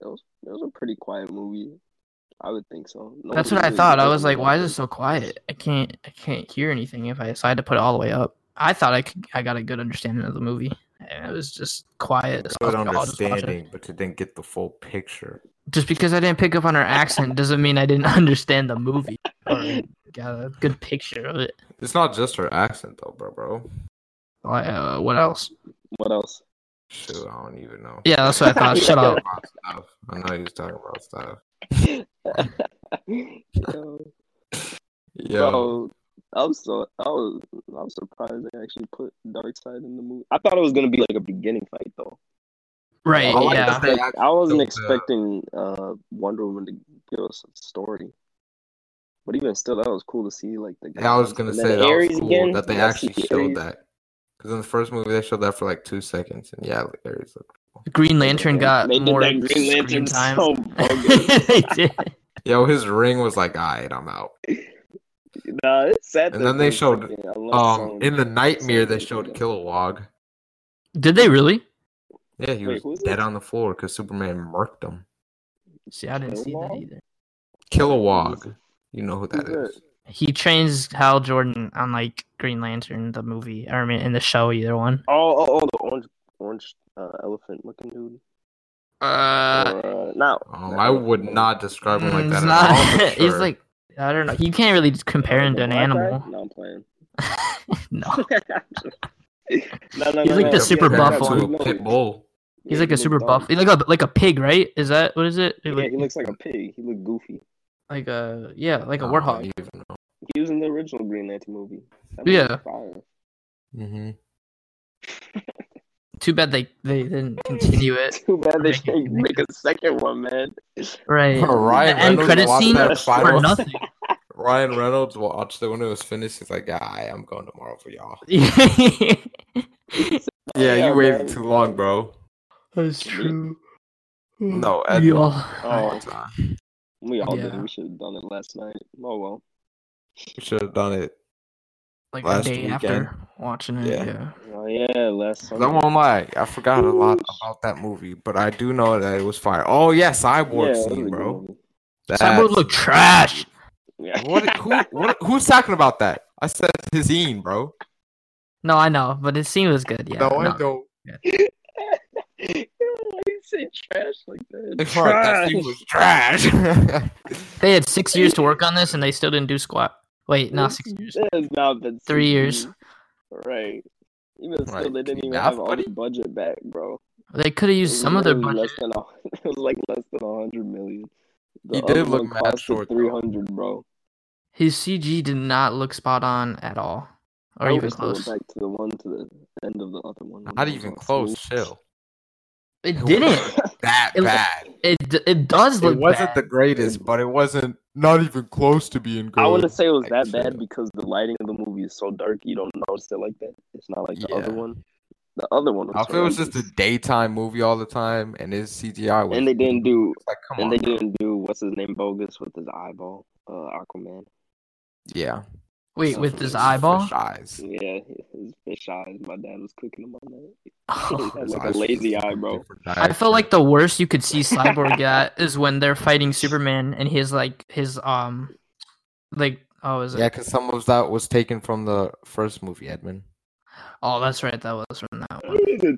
[SPEAKER 1] it was, it was a pretty quiet movie. I would think so.
[SPEAKER 2] That's
[SPEAKER 1] Nobody
[SPEAKER 2] what I
[SPEAKER 1] really
[SPEAKER 2] thought. I
[SPEAKER 1] did
[SPEAKER 2] was like, why is it
[SPEAKER 1] anything.
[SPEAKER 2] so quiet? I can't I can't hear anything if I decide to put it all the way up. I thought I could I got a good understanding of the movie. And it was just quiet. so I was
[SPEAKER 3] good
[SPEAKER 2] like, "Oh, I'll just watch it."
[SPEAKER 3] understanding, but you didn't get the full picture.
[SPEAKER 2] just because I didn't pick up on her accent doesn't mean I didn't understand the movie or got a good picture of it.
[SPEAKER 3] It's not just her accent though, bro, bro.
[SPEAKER 2] Like, uh, what else?
[SPEAKER 1] What else?
[SPEAKER 3] Shoot, I don't even know.
[SPEAKER 2] Yeah, that's what I thought. Shut up.
[SPEAKER 3] About stuff. I know he was talking about stuff.
[SPEAKER 1] Yo.
[SPEAKER 3] Yo,
[SPEAKER 1] Bro, I was so I was I was surprised they actually put Dark Side in the movie. I thought it was gonna be like a beginning fight though. I,
[SPEAKER 2] Right?
[SPEAKER 1] wasn't
[SPEAKER 2] yeah.
[SPEAKER 3] that.
[SPEAKER 1] expect- I wasn't
[SPEAKER 3] Yeah.
[SPEAKER 1] expecting uh Wonder Woman to give us a story. But even still, that was cool to see. Like the
[SPEAKER 3] yeah, I was gonna
[SPEAKER 1] And
[SPEAKER 3] say
[SPEAKER 1] then
[SPEAKER 3] that was
[SPEAKER 1] Ares
[SPEAKER 3] cool
[SPEAKER 1] again?
[SPEAKER 3] that they
[SPEAKER 1] Yeah, I
[SPEAKER 3] actually
[SPEAKER 1] see Ares.
[SPEAKER 3] showed that. Because in the first movie they showed that for like two seconds, and yeah, Aries looked.
[SPEAKER 2] Green Lantern got
[SPEAKER 1] They did
[SPEAKER 2] more
[SPEAKER 1] that Green
[SPEAKER 2] screen
[SPEAKER 1] Lantern
[SPEAKER 2] time.
[SPEAKER 1] so bogus.
[SPEAKER 2] They did.
[SPEAKER 3] Yo, his ring was like, "Alright, I'm out."
[SPEAKER 1] nah, it's sad.
[SPEAKER 3] And
[SPEAKER 1] that
[SPEAKER 3] then they
[SPEAKER 1] they
[SPEAKER 3] showed,
[SPEAKER 1] freaking- I love
[SPEAKER 3] Um,
[SPEAKER 1] Song.
[SPEAKER 3] in the nightmare they
[SPEAKER 1] so-
[SPEAKER 3] showed Kilowog.
[SPEAKER 2] Did they really?
[SPEAKER 3] Yeah, he
[SPEAKER 1] Wait,
[SPEAKER 3] was
[SPEAKER 1] who is
[SPEAKER 3] dead
[SPEAKER 1] it?
[SPEAKER 3] on the floor because Superman murked him.
[SPEAKER 2] See, I didn't see that
[SPEAKER 1] Kilowog?
[SPEAKER 2] either.
[SPEAKER 3] Kilowog, you know who that
[SPEAKER 1] Who's
[SPEAKER 3] is?
[SPEAKER 2] He trains Hal Jordan on like Green Lantern, the movie, or I mean, in the show, either one.
[SPEAKER 1] Oh, oh, oh, the orange, orange uh, elephant looking dude.
[SPEAKER 2] Uh,
[SPEAKER 1] or, uh, not.
[SPEAKER 3] Um, I would not describe him like
[SPEAKER 2] mm, it's
[SPEAKER 3] that. at
[SPEAKER 2] not.
[SPEAKER 3] all, but
[SPEAKER 2] he's
[SPEAKER 3] sure.
[SPEAKER 2] like, I don't know. You can't really compare him to an
[SPEAKER 1] Black guy?
[SPEAKER 2] animal.
[SPEAKER 1] No, I'm playing.
[SPEAKER 2] no.
[SPEAKER 1] no, no,
[SPEAKER 2] He's
[SPEAKER 1] no,
[SPEAKER 2] like
[SPEAKER 1] no,
[SPEAKER 2] the
[SPEAKER 1] yeah,
[SPEAKER 2] super
[SPEAKER 1] yeah,
[SPEAKER 2] buff
[SPEAKER 1] yeah,
[SPEAKER 2] one.
[SPEAKER 3] compared to
[SPEAKER 1] no,
[SPEAKER 3] a pit bull.
[SPEAKER 2] He's
[SPEAKER 1] yeah,
[SPEAKER 2] like
[SPEAKER 1] he
[SPEAKER 2] a super
[SPEAKER 1] looked
[SPEAKER 2] buff.
[SPEAKER 1] dumb.
[SPEAKER 2] He's like a like a pig, right? Is that what is it? It
[SPEAKER 1] Yeah, he
[SPEAKER 2] look-
[SPEAKER 1] looks like a pig. He looked goofy.
[SPEAKER 2] like a yeah, like a
[SPEAKER 3] I don't
[SPEAKER 2] warthog.
[SPEAKER 3] even know.
[SPEAKER 1] He was in the original Green Lantern movie. That
[SPEAKER 2] Yeah.
[SPEAKER 1] movie's fire.
[SPEAKER 3] Mhm.
[SPEAKER 2] Too bad they they didn't continue it.
[SPEAKER 1] Too bad they
[SPEAKER 2] Make it-
[SPEAKER 1] didn't make a second one, man.
[SPEAKER 2] Right.
[SPEAKER 3] Bro, Ryan
[SPEAKER 2] the end
[SPEAKER 3] Reynolds
[SPEAKER 2] credit
[SPEAKER 3] watched
[SPEAKER 2] scene
[SPEAKER 3] that
[SPEAKER 2] for
[SPEAKER 3] final-
[SPEAKER 2] nothing.
[SPEAKER 3] Ryan Reynolds watched it when it was finished. He's like, "Yeah, I am going tomorrow for y'all." Yeah,
[SPEAKER 1] yeah,
[SPEAKER 3] you waited
[SPEAKER 1] man.
[SPEAKER 3] too long, bro.
[SPEAKER 2] That's
[SPEAKER 1] true.
[SPEAKER 3] No, Ed-
[SPEAKER 2] We all-
[SPEAKER 1] Oh, we all
[SPEAKER 2] Yeah.
[SPEAKER 1] did. We should have done it last night. Oh well.
[SPEAKER 3] We should have done it.
[SPEAKER 2] like
[SPEAKER 3] last
[SPEAKER 2] a day
[SPEAKER 3] weekend.
[SPEAKER 2] after watching it.
[SPEAKER 3] Yeah.
[SPEAKER 2] Yeah.
[SPEAKER 1] Oh yeah, last
[SPEAKER 3] 'Cause I
[SPEAKER 1] summer.
[SPEAKER 3] won't lie, I forgot a lot about that movie, but I do know that it was fire. Oh yeah,
[SPEAKER 1] Yeah,
[SPEAKER 3] cyborg
[SPEAKER 1] that was a
[SPEAKER 3] scene,
[SPEAKER 1] good
[SPEAKER 3] bro.
[SPEAKER 1] movie.
[SPEAKER 2] That
[SPEAKER 3] That's-
[SPEAKER 2] would look trash.
[SPEAKER 1] Yeah.
[SPEAKER 3] What? Who? What? Who's talking about that? I said his scene, bro.
[SPEAKER 2] No, I know, but the scene was good. Yeah.
[SPEAKER 3] no,
[SPEAKER 2] no.
[SPEAKER 3] I don't.
[SPEAKER 1] Why you say trash like that?
[SPEAKER 3] It's hard. That scene was trash.
[SPEAKER 2] They had six years to work on this, and they still didn't do squat. Wait, not six years.
[SPEAKER 1] It has not been
[SPEAKER 2] Three
[SPEAKER 1] six
[SPEAKER 2] years.
[SPEAKER 1] Right. Even still,
[SPEAKER 3] Right,
[SPEAKER 1] they
[SPEAKER 3] can
[SPEAKER 1] didn't
[SPEAKER 3] you
[SPEAKER 1] even
[SPEAKER 3] math,
[SPEAKER 1] have all
[SPEAKER 3] buddy?
[SPEAKER 1] the budget back, bro.
[SPEAKER 2] They could have used
[SPEAKER 1] It
[SPEAKER 2] some of their
[SPEAKER 1] was
[SPEAKER 2] budget.
[SPEAKER 1] less than a- it was like less than a hundred million. The
[SPEAKER 3] He did
[SPEAKER 1] other
[SPEAKER 3] look
[SPEAKER 1] one
[SPEAKER 3] mad
[SPEAKER 1] costed
[SPEAKER 3] short, though.
[SPEAKER 1] 300, bro.
[SPEAKER 2] His CG did not look spot on at all, or
[SPEAKER 1] I
[SPEAKER 2] even
[SPEAKER 1] wish they went
[SPEAKER 2] close.
[SPEAKER 1] back to the one to the end of the other one.
[SPEAKER 3] Not even close. Chill.
[SPEAKER 2] It didn't.
[SPEAKER 3] That
[SPEAKER 2] It was-
[SPEAKER 3] bad.
[SPEAKER 2] It d- it does look
[SPEAKER 3] It wasn't
[SPEAKER 2] bad.
[SPEAKER 3] the greatest, but it wasn't not even close to being good.
[SPEAKER 1] I wouldn't say it was
[SPEAKER 3] Like,
[SPEAKER 1] that bad
[SPEAKER 3] chill.
[SPEAKER 1] because the lighting of the movie is so dark you don't notice it like that. It's not like the other
[SPEAKER 3] Yeah.
[SPEAKER 1] one. The other one. Was
[SPEAKER 3] I feel it was just a
[SPEAKER 1] horrendous.
[SPEAKER 3] daytime movie all the time, and his CGI was.
[SPEAKER 1] and they didn't do
[SPEAKER 3] like, come
[SPEAKER 1] and
[SPEAKER 3] on.
[SPEAKER 1] they didn't do what's his name bogus with his eyeball, uh, Aquaman.
[SPEAKER 3] Yeah.
[SPEAKER 2] Wait,
[SPEAKER 3] Some
[SPEAKER 2] with his
[SPEAKER 3] fish-
[SPEAKER 2] eyeball?
[SPEAKER 3] fish eyes.
[SPEAKER 1] Yeah, his fish eyes. My dad was cooking them on that.
[SPEAKER 2] Oh.
[SPEAKER 1] That's
[SPEAKER 3] His
[SPEAKER 1] like a
[SPEAKER 3] eyes was
[SPEAKER 1] lazy
[SPEAKER 3] just
[SPEAKER 1] eye, bro.
[SPEAKER 3] different diet.
[SPEAKER 2] I feel like the worst you could see Cyborg at is when they're fighting Superman and his like his um like oh is it
[SPEAKER 3] yeah, because some of that was taken from the first movie, Edmund.
[SPEAKER 2] oh that's right that was from that one.
[SPEAKER 1] The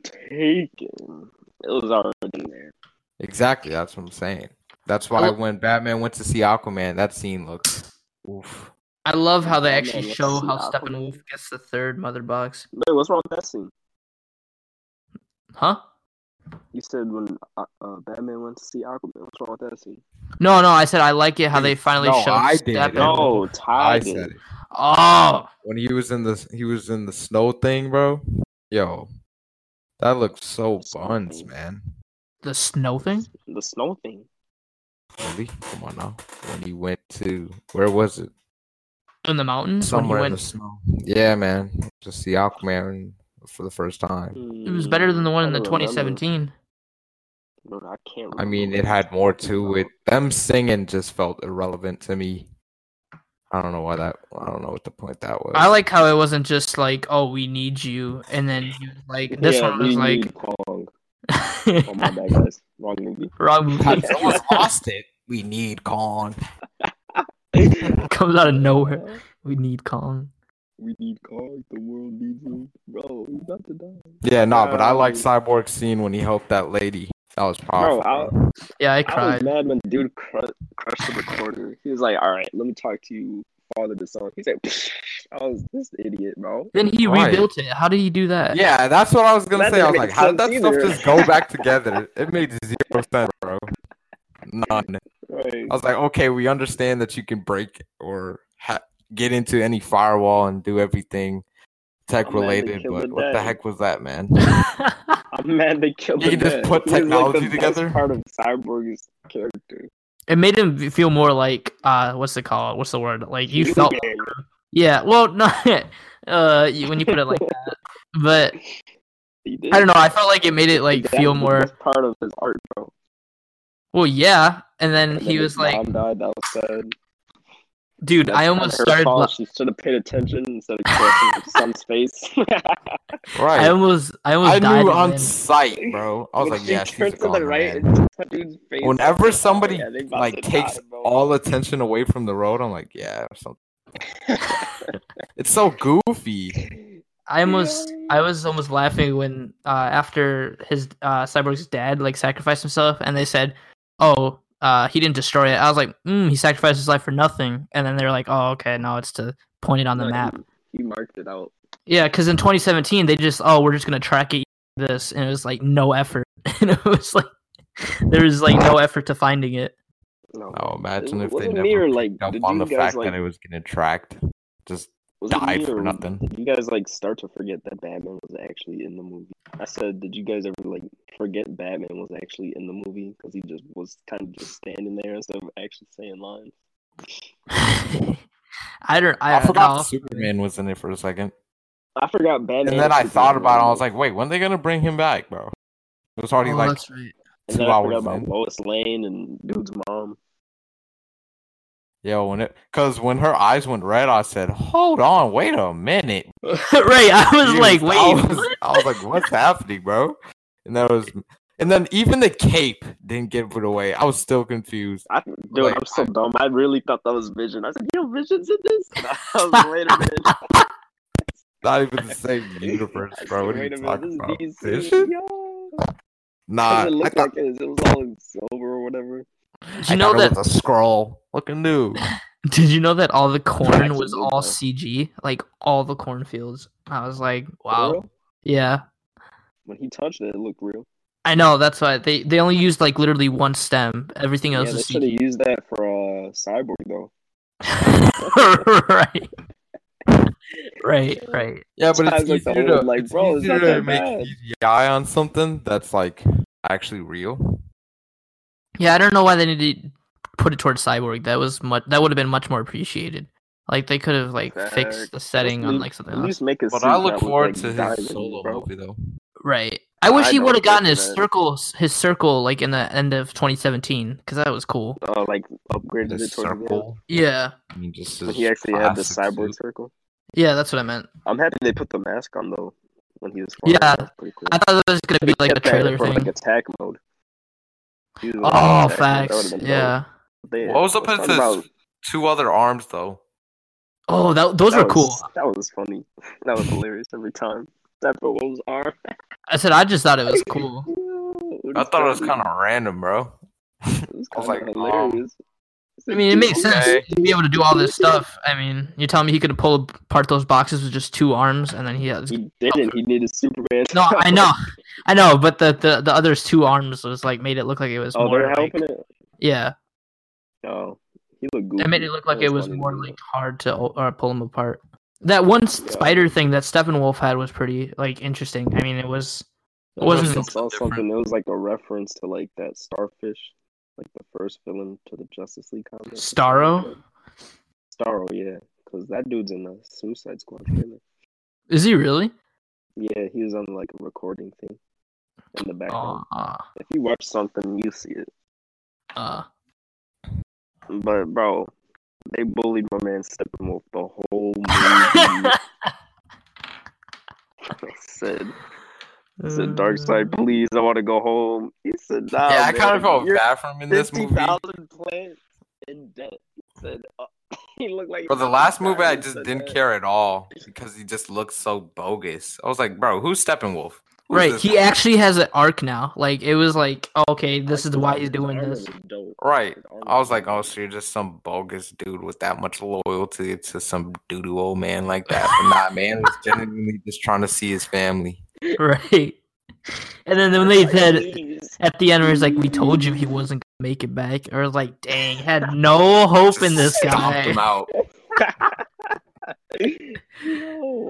[SPEAKER 1] taken. It was already there.
[SPEAKER 3] Exactly, that's what I'm saying. That's why
[SPEAKER 2] Oh.
[SPEAKER 3] when Batman went to see Aquaman, that scene looked oof.
[SPEAKER 2] I love how they
[SPEAKER 1] Oh,
[SPEAKER 2] actually
[SPEAKER 1] man, let's
[SPEAKER 2] show
[SPEAKER 1] see
[SPEAKER 2] how
[SPEAKER 1] Aquaman.
[SPEAKER 2] Steppenwolf gets the third mother box.
[SPEAKER 1] Wait, what's wrong with that scene?
[SPEAKER 2] Huh?
[SPEAKER 1] You said when uh, uh, Batman went to see Aquaman. What's wrong with that scene?
[SPEAKER 2] No, no, I said I like it how they finally
[SPEAKER 3] No,
[SPEAKER 2] showed
[SPEAKER 3] I did.
[SPEAKER 1] No,
[SPEAKER 2] Steppenwolf.
[SPEAKER 1] Ty
[SPEAKER 3] I
[SPEAKER 1] did.
[SPEAKER 3] said it.
[SPEAKER 2] Oh,
[SPEAKER 3] When he was in the he was in the snow thing, bro. Yo. That looked so
[SPEAKER 1] Snow
[SPEAKER 3] buns,
[SPEAKER 1] thing.
[SPEAKER 3] man.
[SPEAKER 2] the snow thing?
[SPEAKER 1] The snow thing.
[SPEAKER 3] Really? Come on now. When he went to where was it?
[SPEAKER 2] In the mountains? when he
[SPEAKER 3] Somewhere in the
[SPEAKER 2] went-
[SPEAKER 3] snow. Yeah, man. Just see Aquaman for the first time.
[SPEAKER 2] it was better than the one in the
[SPEAKER 1] I don't remember.
[SPEAKER 2] 2017.
[SPEAKER 1] Bro, I can't.
[SPEAKER 3] I mean,
[SPEAKER 1] remember
[SPEAKER 3] it had more to
[SPEAKER 1] about.
[SPEAKER 3] it. Them singing just felt irrelevant to me. I don't know why that. I don't know what the point that was.
[SPEAKER 2] I like how it wasn't just like, oh, we need you, and then he was like this
[SPEAKER 1] Yeah,
[SPEAKER 2] one was
[SPEAKER 1] we
[SPEAKER 2] like,
[SPEAKER 1] need Kong. Oh my bad, guys. Wrong movie.
[SPEAKER 2] wrong movie.
[SPEAKER 3] Someone's lost it. We need Kong.
[SPEAKER 2] comes out of nowhere. We need Kong.
[SPEAKER 1] We need Kong. The world needs him. Bro, he's about to die.
[SPEAKER 3] Yeah, no, but I like
[SPEAKER 1] Um,
[SPEAKER 3] Cyborg's scene when he helped that lady. That was
[SPEAKER 1] Bro,
[SPEAKER 3] powerful.
[SPEAKER 1] I,
[SPEAKER 2] Yeah,
[SPEAKER 1] I
[SPEAKER 2] I
[SPEAKER 1] was
[SPEAKER 2] cried.
[SPEAKER 1] mad when the dude cru- crushed the recorder. He was like, "All right, let me talk to you, father the song." He's like, "I was this idiot, bro."
[SPEAKER 2] Then he
[SPEAKER 3] Right.
[SPEAKER 2] rebuilt it. How did he do that?
[SPEAKER 3] yeah, that's what I was gonna
[SPEAKER 1] That
[SPEAKER 3] say. I was
[SPEAKER 1] didn't
[SPEAKER 3] like,
[SPEAKER 1] make
[SPEAKER 3] how did that
[SPEAKER 1] sense
[SPEAKER 3] stuff
[SPEAKER 1] either.
[SPEAKER 3] just go back together? It made zero sense, bro. None.
[SPEAKER 1] Right.
[SPEAKER 3] I was like, okay, we understand that you can break or ha- get into any firewall and do everything
[SPEAKER 1] Oh,
[SPEAKER 3] tech
[SPEAKER 1] man, they
[SPEAKER 3] related,
[SPEAKER 1] killed
[SPEAKER 3] but
[SPEAKER 1] the
[SPEAKER 3] what the
[SPEAKER 1] dad.
[SPEAKER 3] heck was that, man?
[SPEAKER 1] I'm mad Oh, they killed.
[SPEAKER 3] You
[SPEAKER 1] the
[SPEAKER 3] can just
[SPEAKER 1] dad.
[SPEAKER 3] put
[SPEAKER 1] He was, like,
[SPEAKER 3] technology
[SPEAKER 1] the best
[SPEAKER 3] together?
[SPEAKER 1] Part of Cyborg's character.
[SPEAKER 2] it made him feel more like uh, what's it called? What's the word? Like you
[SPEAKER 1] Human.
[SPEAKER 2] felt. Yeah. Well, not uh, you- when you put it like that, but
[SPEAKER 1] He did.
[SPEAKER 2] I don't know. I felt like it made it like
[SPEAKER 1] That
[SPEAKER 2] feel
[SPEAKER 1] was the
[SPEAKER 2] more.
[SPEAKER 1] best part of his art, bro.
[SPEAKER 2] Well, yeah. And then
[SPEAKER 1] And
[SPEAKER 2] he
[SPEAKER 1] then
[SPEAKER 2] was
[SPEAKER 1] his
[SPEAKER 2] like,
[SPEAKER 1] mom died. That was sad.
[SPEAKER 2] dude,
[SPEAKER 1] That's
[SPEAKER 2] I
[SPEAKER 1] not
[SPEAKER 2] almost
[SPEAKER 1] her
[SPEAKER 2] started.
[SPEAKER 1] fault.
[SPEAKER 2] la-
[SPEAKER 1] She should have paid attention instead of crossing the sun's face.
[SPEAKER 3] Right.
[SPEAKER 2] I almost, I almost
[SPEAKER 3] I
[SPEAKER 2] died.
[SPEAKER 3] knew
[SPEAKER 2] and
[SPEAKER 3] on
[SPEAKER 2] then-
[SPEAKER 3] sight, bro. I was
[SPEAKER 1] When
[SPEAKER 3] like,
[SPEAKER 1] she
[SPEAKER 3] yeah, she's
[SPEAKER 1] turned
[SPEAKER 3] a
[SPEAKER 1] to the
[SPEAKER 3] goner,
[SPEAKER 1] right
[SPEAKER 3] man.
[SPEAKER 1] and touched dude's face.
[SPEAKER 3] Whenever
[SPEAKER 1] I was like, oh,
[SPEAKER 3] somebody,
[SPEAKER 1] yeah, they about
[SPEAKER 3] like,
[SPEAKER 1] to
[SPEAKER 3] takes
[SPEAKER 1] die, bro.
[SPEAKER 3] all attention away from the road, I'm like, yeah, or something. it's so goofy.
[SPEAKER 2] I almost I was almost laughing when uh, after his uh, cyborg's dad like sacrificed himself and they said, "Oh, uh, he didn't destroy it." I was like, mm, "He sacrificed his life for nothing." And then they're like, "Oh, okay, no, it's to point it on the
[SPEAKER 1] No,
[SPEAKER 2] map."
[SPEAKER 1] He, he marked it out.
[SPEAKER 2] Yeah, because in 2017 they just, "Oh, we're just gonna track it." This and it was like no effort, and it was like there was like no effort to finding it.
[SPEAKER 1] No,
[SPEAKER 3] Oh, imagine
[SPEAKER 1] it
[SPEAKER 3] if they
[SPEAKER 1] wasn't
[SPEAKER 3] never
[SPEAKER 1] me or
[SPEAKER 3] picked
[SPEAKER 1] like
[SPEAKER 3] up
[SPEAKER 1] did
[SPEAKER 3] on
[SPEAKER 1] you
[SPEAKER 3] the
[SPEAKER 1] guys
[SPEAKER 3] fact
[SPEAKER 1] like
[SPEAKER 3] that it was getting tracked. Just
[SPEAKER 1] was it
[SPEAKER 3] died
[SPEAKER 1] me
[SPEAKER 3] for
[SPEAKER 1] or
[SPEAKER 3] nothing.
[SPEAKER 1] Did you guys like start to forget that Batman was actually in the movie? I said, did you guys ever like forget Batman was actually in the movie because he just was kind of just standing there instead of actually saying lines?
[SPEAKER 2] I don't. I,
[SPEAKER 3] I, forgot
[SPEAKER 2] no.
[SPEAKER 3] Superman was in it for a second,
[SPEAKER 1] I forgot Batman.
[SPEAKER 3] and
[SPEAKER 1] was
[SPEAKER 3] then I
[SPEAKER 1] Superman,
[SPEAKER 3] thought about it. I
[SPEAKER 1] bro.
[SPEAKER 3] was like, wait, when are they gonna bring him back, bro? It was already
[SPEAKER 2] Oh,
[SPEAKER 3] like
[SPEAKER 2] that's right.
[SPEAKER 1] And
[SPEAKER 3] two
[SPEAKER 1] then I forgot
[SPEAKER 3] hours
[SPEAKER 1] about
[SPEAKER 3] in.
[SPEAKER 1] Lois Lane and dude's mom.
[SPEAKER 3] Yo, when it because when her eyes went red, I said, "Hold on, wait a minute."
[SPEAKER 2] right. I was
[SPEAKER 3] Dude,
[SPEAKER 2] like,
[SPEAKER 3] I
[SPEAKER 2] wait,
[SPEAKER 3] was-
[SPEAKER 2] what?
[SPEAKER 3] I was like, "What's happening, bro?" And that was, and then even the cape didn't give it away. I was still confused.
[SPEAKER 1] I, dude,
[SPEAKER 3] Like,
[SPEAKER 1] I'm so
[SPEAKER 3] I-
[SPEAKER 1] dumb. I really thought that was Vision. I said, "Yo, Vision's in this." I was, Wait a minute.
[SPEAKER 3] Not even the same universe,
[SPEAKER 1] I
[SPEAKER 3] bro.
[SPEAKER 1] said,
[SPEAKER 3] What are
[SPEAKER 1] Wait
[SPEAKER 3] you
[SPEAKER 1] a minute,
[SPEAKER 3] talking about?
[SPEAKER 1] this is DC.
[SPEAKER 3] Vision?
[SPEAKER 1] Yo.
[SPEAKER 3] Nah,
[SPEAKER 1] it
[SPEAKER 3] I
[SPEAKER 1] looked
[SPEAKER 3] thought,
[SPEAKER 1] like it, was- it was all in silver or whatever.
[SPEAKER 2] Do
[SPEAKER 3] I
[SPEAKER 2] you know
[SPEAKER 3] thought
[SPEAKER 2] that
[SPEAKER 3] it was a scroll. Looking new.
[SPEAKER 2] Did you know that all the corn
[SPEAKER 1] actually
[SPEAKER 2] was
[SPEAKER 1] did
[SPEAKER 2] all
[SPEAKER 1] know.
[SPEAKER 2] CG? Like all the cornfields. I was like,
[SPEAKER 1] For
[SPEAKER 2] wow.
[SPEAKER 1] real?
[SPEAKER 2] Yeah.
[SPEAKER 1] When he touched it, it looked real.
[SPEAKER 2] I know, that's why they they only used like literally one stem. Everything
[SPEAKER 1] Yeah,
[SPEAKER 2] else
[SPEAKER 1] they
[SPEAKER 2] was
[SPEAKER 1] should have
[SPEAKER 2] CG.
[SPEAKER 1] used that for uh, Cyborg though.
[SPEAKER 2] right. right, right.
[SPEAKER 3] Yeah, but
[SPEAKER 1] Sometimes,
[SPEAKER 3] it's
[SPEAKER 1] like, the
[SPEAKER 3] easier
[SPEAKER 1] whole,
[SPEAKER 3] to
[SPEAKER 1] like,
[SPEAKER 3] it's
[SPEAKER 1] bro, it's
[SPEAKER 3] easier
[SPEAKER 1] not
[SPEAKER 3] to
[SPEAKER 1] that
[SPEAKER 3] make
[SPEAKER 1] bad.
[SPEAKER 3] CGI on something that's like actually real.
[SPEAKER 2] Yeah, I don't know why they needed to put it towards cyborg. That was much that would have been much more appreciated. Like they could have like fixed
[SPEAKER 1] Fact.
[SPEAKER 2] the setting
[SPEAKER 1] Let's
[SPEAKER 2] on
[SPEAKER 1] leave-
[SPEAKER 2] like something
[SPEAKER 1] At
[SPEAKER 2] else.
[SPEAKER 1] least make a
[SPEAKER 3] But
[SPEAKER 1] suit
[SPEAKER 3] I
[SPEAKER 1] that
[SPEAKER 3] look
[SPEAKER 1] was,
[SPEAKER 3] forward
[SPEAKER 1] like,
[SPEAKER 3] to his
[SPEAKER 1] diamond,
[SPEAKER 3] solo
[SPEAKER 1] bro.
[SPEAKER 3] movie though.
[SPEAKER 2] Right. I wish
[SPEAKER 1] I
[SPEAKER 2] he
[SPEAKER 1] know
[SPEAKER 2] would have
[SPEAKER 1] it's
[SPEAKER 2] gotten
[SPEAKER 1] different,
[SPEAKER 2] his
[SPEAKER 1] man.
[SPEAKER 2] circle, his circle, like in the end of 2017, because that was cool.
[SPEAKER 1] Oh, like upgraded
[SPEAKER 3] The
[SPEAKER 1] it towards the end.
[SPEAKER 3] circle.
[SPEAKER 2] Yeah,
[SPEAKER 3] I mean, just
[SPEAKER 1] But
[SPEAKER 3] his
[SPEAKER 1] he actually had the
[SPEAKER 3] classic
[SPEAKER 1] cyborg
[SPEAKER 3] suit.
[SPEAKER 1] circle.
[SPEAKER 2] yeah, that's what I meant.
[SPEAKER 1] I'm happy they put the mask on though when he was
[SPEAKER 2] Yeah,
[SPEAKER 1] That was pretty cool.
[SPEAKER 2] I thought that was gonna be like a
[SPEAKER 1] Kept that
[SPEAKER 2] trailer
[SPEAKER 1] for,
[SPEAKER 2] thing.
[SPEAKER 1] Like attack mode. He was, like,
[SPEAKER 2] Oh,
[SPEAKER 1] attack mode. That would've
[SPEAKER 2] facts.
[SPEAKER 1] been dope.
[SPEAKER 2] Yeah.
[SPEAKER 1] They-
[SPEAKER 3] What was up
[SPEAKER 1] let's
[SPEAKER 3] with
[SPEAKER 1] talk
[SPEAKER 3] his two other arms though?
[SPEAKER 2] Oh, that those
[SPEAKER 1] that
[SPEAKER 2] were
[SPEAKER 1] was-
[SPEAKER 2] cool.
[SPEAKER 1] That was funny. That was hilarious every time. That for what was R.
[SPEAKER 2] I said I just thought it was cool.
[SPEAKER 3] I thought it was kind of random, bro. I was like, um,
[SPEAKER 2] I mean, it makes sense
[SPEAKER 3] Okay.
[SPEAKER 2] to be able to do all this stuff. I mean, you're telling me he could have pulled apart those boxes with just two arms, and then he has.
[SPEAKER 1] He didn't. He needed Superman.
[SPEAKER 2] No, I know, I know, but the the, the other's two arms was like made it look like it was
[SPEAKER 1] Oh,
[SPEAKER 2] more.
[SPEAKER 1] they're
[SPEAKER 2] like-
[SPEAKER 1] helping it.
[SPEAKER 2] yeah,
[SPEAKER 1] Oh, he looked goofy.
[SPEAKER 2] it made it look like
[SPEAKER 1] That
[SPEAKER 2] it was
[SPEAKER 1] funny.
[SPEAKER 2] more like hard to o- or pull them apart. That one s
[SPEAKER 1] Yeah.
[SPEAKER 2] spider thing that Steppenwolf had was pretty like interesting. I mean, it was
[SPEAKER 1] I
[SPEAKER 2] it wasn't-
[SPEAKER 1] just saw something. It was like a reference to like that starfish, like the first villain to the Justice League comic. or something like
[SPEAKER 2] Starro.
[SPEAKER 1] that. Starro, yeah, because that dude's in the Suicide Squad trailer.
[SPEAKER 2] Is he really?
[SPEAKER 1] Yeah, he was on like a recording thing in the background.
[SPEAKER 2] Oh, uh,
[SPEAKER 1] If you watch something, you see it.
[SPEAKER 2] uh,
[SPEAKER 1] But bro, they bullied my man Steppenwolf the whole movie. I said, I
[SPEAKER 2] Mm-hmm.
[SPEAKER 1] said Dark
[SPEAKER 2] Uh.
[SPEAKER 1] Side, please, I want to go home. He said, Nah,
[SPEAKER 3] yeah, I
[SPEAKER 1] Oh, man,
[SPEAKER 3] kind of felt
[SPEAKER 1] you're
[SPEAKER 3] bad for him in this movie.
[SPEAKER 1] 50,000 plants in debt. He said, uh, he looked like.
[SPEAKER 3] But the last movie, I
[SPEAKER 1] He
[SPEAKER 3] just
[SPEAKER 1] said
[SPEAKER 3] didn't
[SPEAKER 1] that.
[SPEAKER 3] care at all because he just looked so bogus. I was like, bro, who's Steppenwolf? Who's
[SPEAKER 2] Right,
[SPEAKER 3] this
[SPEAKER 2] he
[SPEAKER 3] guy?
[SPEAKER 2] actually has an arc now. Like it was like, oh, okay, this is
[SPEAKER 1] Like,
[SPEAKER 2] why
[SPEAKER 1] his
[SPEAKER 2] he's doing
[SPEAKER 1] armor
[SPEAKER 2] this.
[SPEAKER 1] was dope.
[SPEAKER 3] Right.
[SPEAKER 1] His armor
[SPEAKER 3] I was like, oh,
[SPEAKER 1] dope.
[SPEAKER 3] so you're just some bogus dude with that much loyalty to some doo-doo old man like that. But nah, man was genuinely just trying to see his family.
[SPEAKER 2] Right. And then when they
[SPEAKER 1] Like,
[SPEAKER 2] said
[SPEAKER 1] please.
[SPEAKER 2] at the end, where he's like, "We told you he wasn't gonna make it back," or like, "Dang, had no hope in this
[SPEAKER 3] Just stomped
[SPEAKER 2] guy."
[SPEAKER 3] him out.
[SPEAKER 1] no,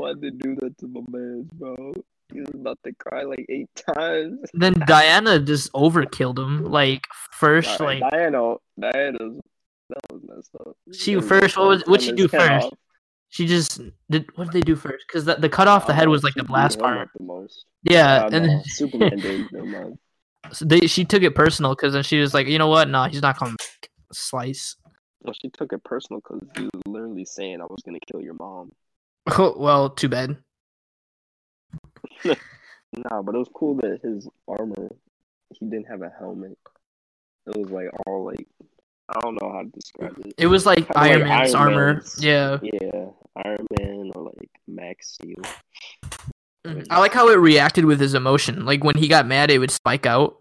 [SPEAKER 1] I didn't do that to my man, bro. He was about to cry like eight times.
[SPEAKER 2] Then Diana just overkilled him. Like first,
[SPEAKER 1] Di-
[SPEAKER 2] like
[SPEAKER 1] Diana, Diana's that was messed up.
[SPEAKER 2] She
[SPEAKER 1] That was
[SPEAKER 2] first- what was-
[SPEAKER 1] messed up.
[SPEAKER 2] what'd she
[SPEAKER 1] His
[SPEAKER 2] do
[SPEAKER 1] head
[SPEAKER 2] first?
[SPEAKER 1] off.
[SPEAKER 2] she just did. What did they do first? Because the, the cut off the head
[SPEAKER 1] Uh,
[SPEAKER 2] was like
[SPEAKER 1] she
[SPEAKER 2] the
[SPEAKER 1] beat
[SPEAKER 2] blast
[SPEAKER 1] him up
[SPEAKER 2] part.
[SPEAKER 1] The most.
[SPEAKER 2] Yeah,
[SPEAKER 1] Uh,
[SPEAKER 2] and
[SPEAKER 1] no, Superman did. Never mind.
[SPEAKER 2] so they, she took it personal because then she was like, "You know what? No, he's not coming." Back. Slice.
[SPEAKER 1] Well, she took it personal because he was literally saying, "I was gonna kill your mom."
[SPEAKER 2] well, too bad.
[SPEAKER 1] Nah, but it was cool that his armor, he didn't have a helmet. It was like all like, I don't know how to describe it.
[SPEAKER 2] It was like
[SPEAKER 1] Kinda like
[SPEAKER 2] Iron Man's
[SPEAKER 1] Iron
[SPEAKER 2] armor.
[SPEAKER 1] Man's.
[SPEAKER 2] Yeah.
[SPEAKER 1] Yeah, Iron Man or like Max Steel.
[SPEAKER 2] Mhm. I like how it reacted with his emotion. Like when he got mad, it would spike out.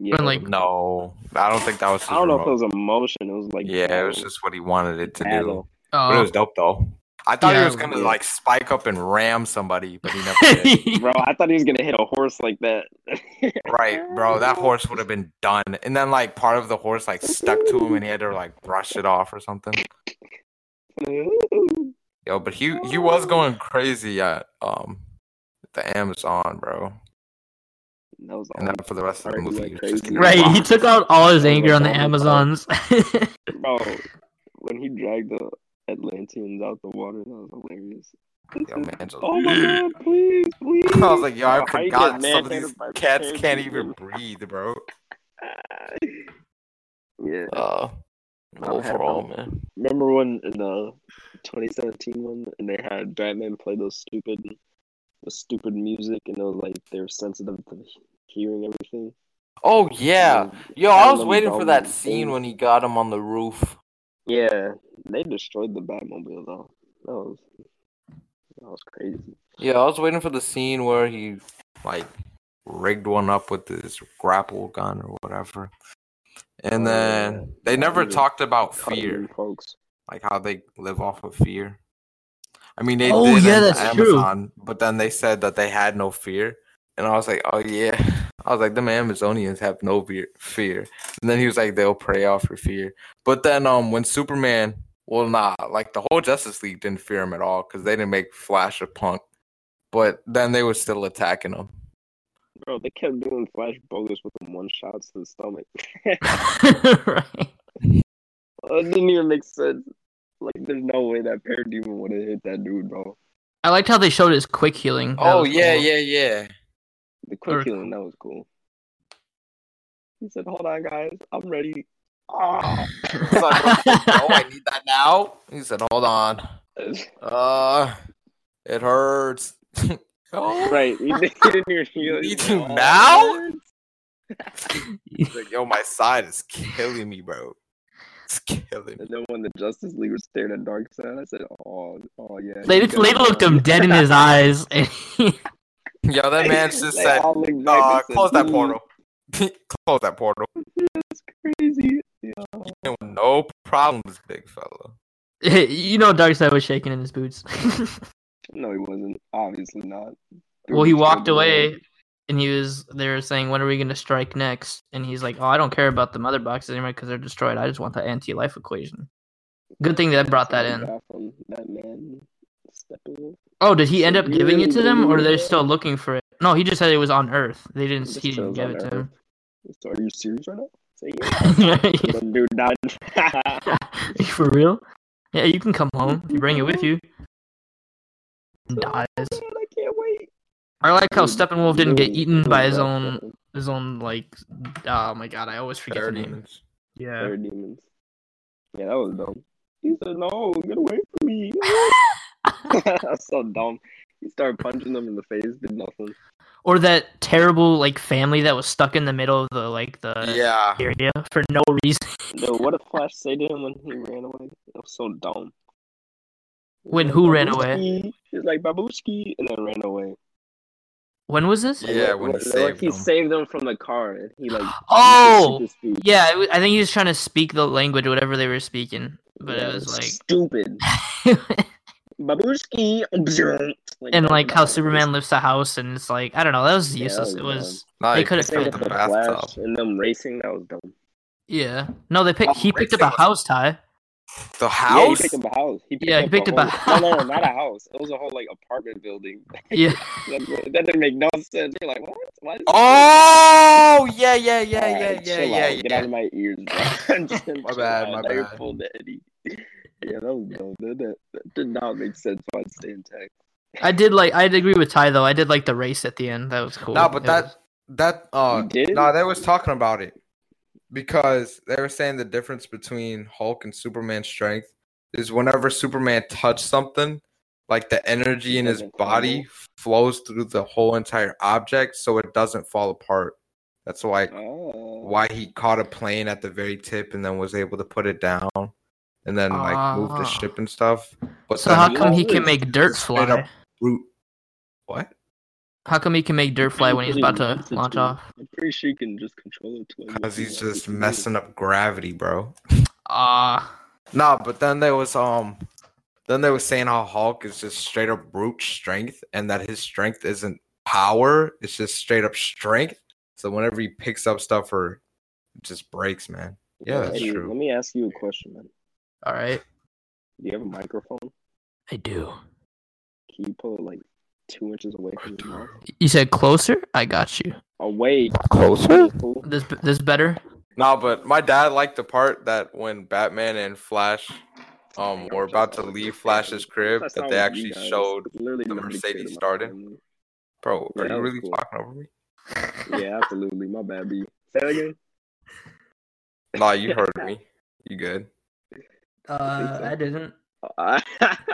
[SPEAKER 1] Yeah,
[SPEAKER 2] like-
[SPEAKER 3] No, I don't think that was his
[SPEAKER 1] I don't know if it
[SPEAKER 3] remote.
[SPEAKER 1] was emotion. It was like
[SPEAKER 3] yeah, it was
[SPEAKER 1] battle-
[SPEAKER 3] just what he wanted it to do.
[SPEAKER 1] battle.
[SPEAKER 3] But it
[SPEAKER 2] Uh,
[SPEAKER 3] was dope though. I thought
[SPEAKER 2] Yeah,
[SPEAKER 3] he was gonna
[SPEAKER 1] yeah.
[SPEAKER 3] like spike up and ram somebody, but he never did.
[SPEAKER 1] bro. I thought he was gonna hit a horse like that.
[SPEAKER 3] right, bro. That horse would have been done. And then like part of the horse like stuck to him, and he had to like brush it off or something. Yo, but he he was going crazy at um the Amazon, bro.
[SPEAKER 1] That was
[SPEAKER 3] And
[SPEAKER 1] all,
[SPEAKER 3] then for the rest of the
[SPEAKER 1] Alright,
[SPEAKER 3] movie,
[SPEAKER 1] like
[SPEAKER 3] he was
[SPEAKER 1] crazy.
[SPEAKER 3] just getting
[SPEAKER 2] right, he
[SPEAKER 3] rocked.
[SPEAKER 2] took out all his
[SPEAKER 1] Oh my
[SPEAKER 2] anger on the
[SPEAKER 1] God.
[SPEAKER 2] Amazons.
[SPEAKER 1] bro. Oh, When he dragged the Atlanteans out the water, that was hilarious.
[SPEAKER 3] Yo, man, just-
[SPEAKER 1] Oh my god, please, please!
[SPEAKER 3] I was like, yo, I
[SPEAKER 1] How you get
[SPEAKER 3] forgot some of
[SPEAKER 1] manhandled
[SPEAKER 3] these
[SPEAKER 1] by
[SPEAKER 3] cats can't
[SPEAKER 1] parents,
[SPEAKER 3] even
[SPEAKER 1] man?
[SPEAKER 3] breathe, bro.
[SPEAKER 1] Yeah,
[SPEAKER 3] Uh,
[SPEAKER 1] I'm happy.
[SPEAKER 3] overall, man.
[SPEAKER 1] remember when in the 2017 one, and they had Batman play those stupid, the stupid music, and it was like they were sensitive to hearing everything.
[SPEAKER 3] Oh yeah, yo,
[SPEAKER 1] I
[SPEAKER 3] I was
[SPEAKER 1] love
[SPEAKER 3] waiting for that
[SPEAKER 1] Batman.
[SPEAKER 3] scene when he got him on the roof.
[SPEAKER 1] Yeah, they destroyed the Batmobile though. That was that was crazy.
[SPEAKER 3] Yeah, I was waiting for the scene where he like rigged one up with his grapple gun or whatever. And
[SPEAKER 1] Oh, yeah.
[SPEAKER 3] then they never
[SPEAKER 1] Yeah.
[SPEAKER 3] talked about
[SPEAKER 1] Cutting
[SPEAKER 3] fear,
[SPEAKER 1] folks.
[SPEAKER 3] like how they live off of fear. I mean, they
[SPEAKER 2] Oh,
[SPEAKER 3] did
[SPEAKER 2] yeah,
[SPEAKER 3] in
[SPEAKER 2] that's true.
[SPEAKER 3] Amazon, but then they said that they had no fear. And I was like, oh yeah. I was like, them Amazonians have no fear. fear. And then he was like, they'll pray off your fear. But then, um, when Superman, well, nah, like the whole Justice League didn't fear him at all because they didn't make Flash a punk. But then they were still attacking him.
[SPEAKER 1] Bro, they kept doing flash bogus with them one shots to the stomach.
[SPEAKER 2] right.
[SPEAKER 1] it didn't even make sense. Like, there's no way that parademon would have hit that dude, bro.
[SPEAKER 2] I liked how they showed his quick healing. That
[SPEAKER 3] oh
[SPEAKER 2] was
[SPEAKER 3] yeah,
[SPEAKER 2] cool.
[SPEAKER 3] yeah, yeah.
[SPEAKER 1] The quick
[SPEAKER 2] Or-
[SPEAKER 1] healing that was cool. He said, "Hold on, guys, I'm ready." Ah,
[SPEAKER 3] I was like, oh, I need that now. He said, hold on. Uh, it hurts. oh,
[SPEAKER 1] right. He didn't he didn't even heal.
[SPEAKER 3] You
[SPEAKER 1] He's
[SPEAKER 3] do
[SPEAKER 1] like,
[SPEAKER 3] now?
[SPEAKER 1] "Oh,
[SPEAKER 3] He's like, yo, my side is killing me, bro. It's killing me.
[SPEAKER 1] And then when the Justice League was staring at Dark Side, I said, "Oh, oh yeah."
[SPEAKER 2] they
[SPEAKER 1] he's
[SPEAKER 2] just they
[SPEAKER 1] gonna
[SPEAKER 2] looked
[SPEAKER 1] die."
[SPEAKER 2] him dead in his eyes. and he-
[SPEAKER 3] Yo, that man just
[SPEAKER 1] They
[SPEAKER 3] said,
[SPEAKER 1] all looked back
[SPEAKER 3] uh,
[SPEAKER 1] and said,
[SPEAKER 3] close that
[SPEAKER 1] "Ooh,
[SPEAKER 3] portal. close that portal.
[SPEAKER 1] That's crazy. Yeah.
[SPEAKER 3] No problems, big fella.
[SPEAKER 2] you know, Darkseid was shaking in his boots.
[SPEAKER 1] No, he wasn't. Obviously not.
[SPEAKER 2] well, he
[SPEAKER 1] Dude,
[SPEAKER 2] walked
[SPEAKER 1] the one-
[SPEAKER 2] away, and he was they were saying, "When are we going to strike next?" And he's like, "Oh, I don't care about the mother boxes anymore because they're destroyed. I just want the anti-life equation." Good thing that brought that in.
[SPEAKER 1] Got From that man. Steppenwolf.
[SPEAKER 2] Oh, did he end up giving it to them, or they're
[SPEAKER 1] Yeah.
[SPEAKER 2] still looking for it? No, he just said it was on Earth. They didn't.
[SPEAKER 1] Just
[SPEAKER 2] He didn't
[SPEAKER 1] chose
[SPEAKER 2] give
[SPEAKER 1] on
[SPEAKER 2] it to
[SPEAKER 1] Earth.
[SPEAKER 2] him.
[SPEAKER 1] So are you serious right now? Say yeah.
[SPEAKER 2] Yeah.
[SPEAKER 1] Then dude, not.
[SPEAKER 2] for real? Yeah, you can come home. You bring it with you. And dies.
[SPEAKER 1] Man, I can't wait.
[SPEAKER 2] I like how Steppenwolf didn't get
[SPEAKER 1] Dude,
[SPEAKER 2] eaten
[SPEAKER 1] dude,
[SPEAKER 2] by his
[SPEAKER 1] that
[SPEAKER 2] own
[SPEAKER 1] fucking
[SPEAKER 2] his own like. Oh my god, I always forget the name. Yeah.
[SPEAKER 1] fire demons. Yeah, that was dumb. He said, "No, get away from me." That's so dumb. He started punching them in the face. Did nothing.
[SPEAKER 2] Or that terrible like family that was stuck in the middle of the like the
[SPEAKER 3] Yeah.
[SPEAKER 2] area for no reason.
[SPEAKER 1] Dude, what did Flash say to him when he ran away? That was so dumb.
[SPEAKER 2] When who ran away?
[SPEAKER 1] Babushki. He was like Babushki, and then ran away.
[SPEAKER 2] When was this?
[SPEAKER 3] Yeah, when he saved
[SPEAKER 1] he
[SPEAKER 3] him.
[SPEAKER 1] saved them from the car, and he like
[SPEAKER 2] Oh!
[SPEAKER 1] used his super speed.
[SPEAKER 2] Yeah, it wa- I think he was trying to speak the language, whatever they were speaking. But
[SPEAKER 1] Yeah,
[SPEAKER 2] it was like
[SPEAKER 1] stupid. Babushki, like,
[SPEAKER 2] and
[SPEAKER 1] that
[SPEAKER 2] like how
[SPEAKER 1] was-
[SPEAKER 2] Superman lifts a house, and it's like I don't know. That was
[SPEAKER 1] Yeah,
[SPEAKER 2] useless.
[SPEAKER 1] that
[SPEAKER 2] it
[SPEAKER 1] was
[SPEAKER 2] was
[SPEAKER 3] Nah,
[SPEAKER 2] They
[SPEAKER 3] he
[SPEAKER 2] could have
[SPEAKER 3] picked up
[SPEAKER 1] saved
[SPEAKER 2] picked
[SPEAKER 3] the
[SPEAKER 1] up the Flash
[SPEAKER 3] bathtub.
[SPEAKER 1] and them racing. That was dumb.
[SPEAKER 2] yeah. No, they picked.
[SPEAKER 3] Oh,
[SPEAKER 2] He picked up
[SPEAKER 3] Rick's
[SPEAKER 2] a house tie.
[SPEAKER 3] The
[SPEAKER 1] Yeah, he
[SPEAKER 3] house?
[SPEAKER 1] picked up a house. He picked
[SPEAKER 2] Yeah,
[SPEAKER 1] up
[SPEAKER 2] he picked up a
[SPEAKER 1] whole- No, no, not a house. It was a whole like apartment building.
[SPEAKER 2] Yeah.
[SPEAKER 1] that, that didn't make no sense. You're like, what? Why did-
[SPEAKER 3] Oh, yeah, yeah, yeah,
[SPEAKER 1] Alright,
[SPEAKER 3] yeah, yeah,
[SPEAKER 1] chill
[SPEAKER 3] yeah,
[SPEAKER 1] out. Get out
[SPEAKER 3] yeah.
[SPEAKER 1] of my ears. bro. Just chill
[SPEAKER 3] bad, my
[SPEAKER 1] out. Now you're
[SPEAKER 3] bad.
[SPEAKER 1] full to Eddie. Yeah, that was dumb. That, that, that did not make sense. Why I'd stay intact?
[SPEAKER 2] I did like. I agree with Ty though. I did like the race at the end. That was cool.
[SPEAKER 3] Nah, but
[SPEAKER 2] It
[SPEAKER 3] that-
[SPEAKER 2] was-
[SPEAKER 3] That uh
[SPEAKER 1] You did?
[SPEAKER 3] no, they was talking about it because they were saying the difference between Hulk and Superman's strength is whenever Superman touched something, like the energy in his
[SPEAKER 1] Doesn't
[SPEAKER 3] body flows through the whole entire object, so it doesn't fall apart. That's why
[SPEAKER 1] Oh.
[SPEAKER 3] why he caught a plane at the very tip and then was able to put it down and then like move the
[SPEAKER 2] Ah.
[SPEAKER 3] ship and stuff. But
[SPEAKER 2] so
[SPEAKER 3] then
[SPEAKER 2] how
[SPEAKER 1] he
[SPEAKER 2] come he can
[SPEAKER 1] always
[SPEAKER 2] make dirt
[SPEAKER 3] straight
[SPEAKER 2] fly?
[SPEAKER 3] up- root- what?
[SPEAKER 2] How come he can make dirt fly when he's about to launch off?
[SPEAKER 1] I'm pretty sure you can just control it. to, like,
[SPEAKER 3] Because
[SPEAKER 1] what you
[SPEAKER 3] he's
[SPEAKER 1] want
[SPEAKER 3] just
[SPEAKER 1] it to do.
[SPEAKER 3] messing up gravity, bro.
[SPEAKER 2] Ah,
[SPEAKER 3] Nah, but then there was um then they were saying how Hulk is just straight up brute strength and that his strength isn't power, it's just straight up strength. So whenever he picks up stuff or it just breaks, man. Yeah, that's
[SPEAKER 1] Eddie,
[SPEAKER 3] true.
[SPEAKER 1] Let me ask you a question, man.
[SPEAKER 2] all right.
[SPEAKER 1] Do you have a microphone?
[SPEAKER 2] I do.
[SPEAKER 1] Can you pull it like two inches away from your mouth? Oh,
[SPEAKER 2] You said closer. I got you.
[SPEAKER 1] Away.
[SPEAKER 3] Closer?
[SPEAKER 1] fool.
[SPEAKER 2] This this better.
[SPEAKER 3] Nah, but my dad liked the part that when Batman and Flash um were about to leave Flash's crib
[SPEAKER 1] That's
[SPEAKER 3] that
[SPEAKER 1] not
[SPEAKER 3] they
[SPEAKER 1] what you
[SPEAKER 3] actually
[SPEAKER 1] guys-
[SPEAKER 3] showed
[SPEAKER 1] literally
[SPEAKER 3] the
[SPEAKER 1] nobody cared
[SPEAKER 3] Mercedes
[SPEAKER 1] about
[SPEAKER 3] started.
[SPEAKER 1] family.
[SPEAKER 3] Bro,
[SPEAKER 1] Yeah,
[SPEAKER 3] are
[SPEAKER 1] that
[SPEAKER 3] you
[SPEAKER 1] was
[SPEAKER 3] really
[SPEAKER 1] cool.
[SPEAKER 3] talking over me?
[SPEAKER 1] Yeah, absolutely. My bad, B. Say that again.
[SPEAKER 3] Nah, you heard me. You good.
[SPEAKER 2] Uh, I didn't.
[SPEAKER 1] I,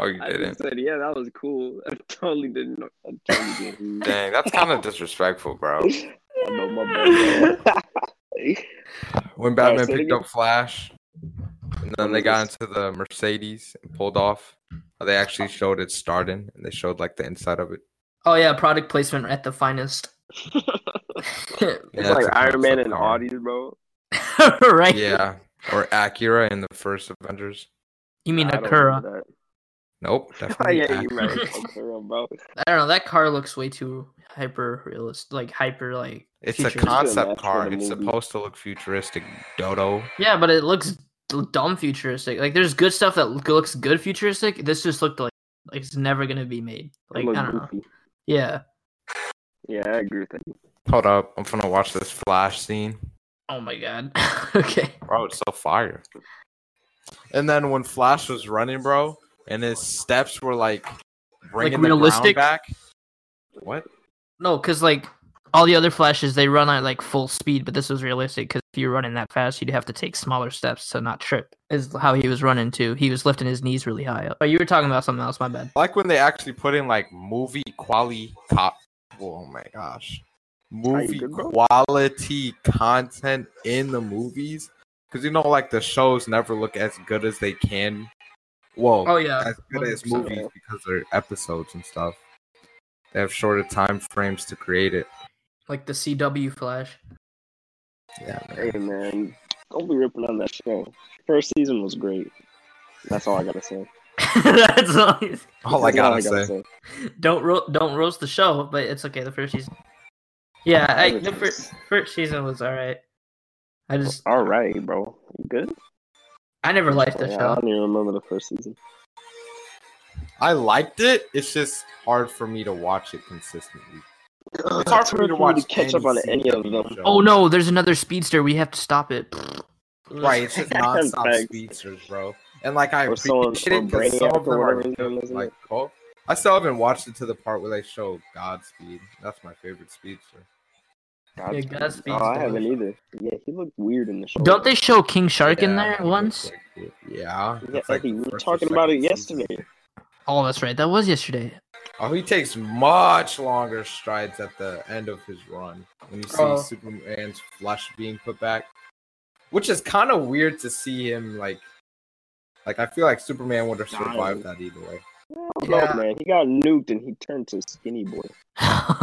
[SPEAKER 3] Oh you
[SPEAKER 1] I just
[SPEAKER 3] didn't.
[SPEAKER 1] said, yeah, that was cool. I totally didn't know. I totally didn't.
[SPEAKER 3] Dang, that's kind of disrespectful, bro.
[SPEAKER 1] I know my bad. bro.
[SPEAKER 3] When
[SPEAKER 1] Alright,
[SPEAKER 3] Batman
[SPEAKER 1] say it
[SPEAKER 3] picked
[SPEAKER 1] again.
[SPEAKER 3] up Flash, and then they got into the Mercedes and pulled off, uh, they actually showed it starting, and they showed like the inside of it.
[SPEAKER 2] Oh yeah, product placement at the finest.
[SPEAKER 1] It's
[SPEAKER 3] that's
[SPEAKER 1] like
[SPEAKER 3] a
[SPEAKER 1] Iron Man
[SPEAKER 3] concept
[SPEAKER 1] and
[SPEAKER 3] car.
[SPEAKER 1] Audis, bro.
[SPEAKER 2] right.
[SPEAKER 3] Yeah, or Acura in the first Avengers.
[SPEAKER 2] You mean
[SPEAKER 1] I don't
[SPEAKER 2] Akura?
[SPEAKER 1] remember
[SPEAKER 3] Nope,
[SPEAKER 1] that.
[SPEAKER 3] definitely.
[SPEAKER 1] yeah, you're
[SPEAKER 3] Acura.
[SPEAKER 1] right. Acura, bro.
[SPEAKER 2] I don't know. That car looks way too hyper realist, like hyper like.
[SPEAKER 3] It's a
[SPEAKER 2] futuristic.
[SPEAKER 1] That's
[SPEAKER 3] concept
[SPEAKER 1] for
[SPEAKER 3] car.
[SPEAKER 1] the
[SPEAKER 3] It's
[SPEAKER 1] movie.
[SPEAKER 3] supposed to look futuristic, Dodo.
[SPEAKER 2] Yeah, but it looks d- dumb futuristic. Like there's good stuff that look- looks good futuristic. This just looked like like it's never gonna be made. Like
[SPEAKER 1] Look
[SPEAKER 2] I don't know.
[SPEAKER 1] goofy.
[SPEAKER 2] Yeah.
[SPEAKER 1] Yeah, I agree with that.
[SPEAKER 3] Hold up, I'm gonna watch this Flash scene.
[SPEAKER 2] Oh my god. okay.
[SPEAKER 3] Bro, it's so fire. And then when Flash was running, bro, and his steps were like bringing the ground
[SPEAKER 2] realistic?
[SPEAKER 3] back. What?
[SPEAKER 2] No, because like all the other flashes, they run at like full speed, but this was realistic because if you're running that fast, you'd have to take smaller steps to not trip. Is how he was running too. He was lifting his knees really high up. Oh, you were talking about something else. My bad.
[SPEAKER 3] Like when they actually put in like movie quality cop. Oh my gosh, movie
[SPEAKER 1] good, bro?
[SPEAKER 3] quality content in the movies. Because you know, like the shows never look as good as they can. Whoa,
[SPEAKER 2] Oh yeah,
[SPEAKER 3] as good as
[SPEAKER 2] 100%.
[SPEAKER 3] movies because they're episodes and stuff. They have shorter time frames to create it.
[SPEAKER 2] like the CW Flash.
[SPEAKER 3] Yeah, man.
[SPEAKER 1] Hey man, don't be ripping on that show. First season was great. That's all I gotta say.
[SPEAKER 2] That's all. he's-
[SPEAKER 3] all I
[SPEAKER 1] That's
[SPEAKER 3] gotta say.
[SPEAKER 2] Don't ro- don't roast the show, but it's okay. The first season. Yeah, I, the first first season was all right. I just
[SPEAKER 1] All right, bro. You good?
[SPEAKER 2] I never liked the
[SPEAKER 1] Yeah, I
[SPEAKER 2] show.
[SPEAKER 1] don't even remember the first season.
[SPEAKER 3] I liked it. It's just hard for me to watch it consistently. It's hard for me to
[SPEAKER 1] hard
[SPEAKER 3] watch.
[SPEAKER 1] catch up on any of
[SPEAKER 3] CW
[SPEAKER 1] them.
[SPEAKER 3] show.
[SPEAKER 2] Oh no, there's another speedster. We have to stop it.
[SPEAKER 3] Right, it's just nonstop
[SPEAKER 1] Thanks.
[SPEAKER 3] speedsters, bro. And like I
[SPEAKER 1] Or someone-
[SPEAKER 3] appreciate it
[SPEAKER 1] or
[SPEAKER 3] because some
[SPEAKER 1] Brainiac
[SPEAKER 3] of
[SPEAKER 1] or
[SPEAKER 3] them are
[SPEAKER 1] whatever his name
[SPEAKER 3] good,
[SPEAKER 1] is,
[SPEAKER 3] like oh, I still haven't watched it to the part where they show Godspeed. That's my favorite speedster.
[SPEAKER 2] Yeah,
[SPEAKER 1] Godspeed.
[SPEAKER 2] Godspeed's
[SPEAKER 1] Oh, I haven't
[SPEAKER 2] dope.
[SPEAKER 1] either. Yeah, he looked weird in the show.
[SPEAKER 2] Don't they show King Shark in
[SPEAKER 3] Yeah,
[SPEAKER 2] there
[SPEAKER 3] it's
[SPEAKER 2] once?
[SPEAKER 3] like- yeah,
[SPEAKER 1] Yeah,
[SPEAKER 3] it's like
[SPEAKER 1] Eddie,
[SPEAKER 3] the
[SPEAKER 1] we were
[SPEAKER 3] first or
[SPEAKER 1] talking about it
[SPEAKER 3] second season.
[SPEAKER 1] yesterday.
[SPEAKER 2] Oh, that's right. That was yesterday.
[SPEAKER 3] Oh, he takes much longer strides at the end of his run when you see
[SPEAKER 2] Oh.
[SPEAKER 3] Superman's flesh being put back, which is kind of weird to see him like. Like I feel like Superman would have survived that either way.
[SPEAKER 1] I don't know,
[SPEAKER 2] Yeah.
[SPEAKER 1] man. He got nuked and he turned to skinny boy.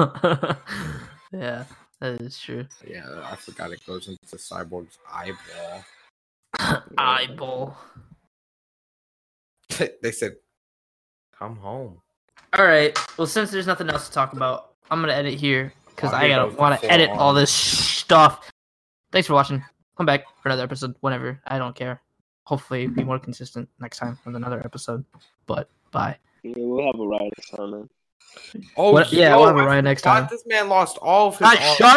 [SPEAKER 2] yeah, that is true.
[SPEAKER 3] Yeah, I forgot it goes into Cyborg's eyeball.
[SPEAKER 2] Eyeball.
[SPEAKER 3] they said, "Come home."
[SPEAKER 2] All right. Well, since there's nothing else to talk about, I'm gonna edit here because
[SPEAKER 3] Wow,
[SPEAKER 2] I
[SPEAKER 3] Oh, here
[SPEAKER 2] gotta
[SPEAKER 3] goes the
[SPEAKER 2] want to
[SPEAKER 3] full
[SPEAKER 2] edit all
[SPEAKER 3] on.
[SPEAKER 2] this stuff. Thanks for watching. Come back for another episode whenever. I don't care. Hopefully, be more consistent next time with another episode. But bye.
[SPEAKER 1] Yeah, we'll have a ride or something.
[SPEAKER 3] Oh
[SPEAKER 2] What- yeah,
[SPEAKER 3] yo,
[SPEAKER 2] we'll have a
[SPEAKER 3] Oh, I
[SPEAKER 2] Ryan next
[SPEAKER 3] forgot
[SPEAKER 2] time.
[SPEAKER 3] This man lost all of his.
[SPEAKER 2] Ah,
[SPEAKER 3] arms.
[SPEAKER 2] shut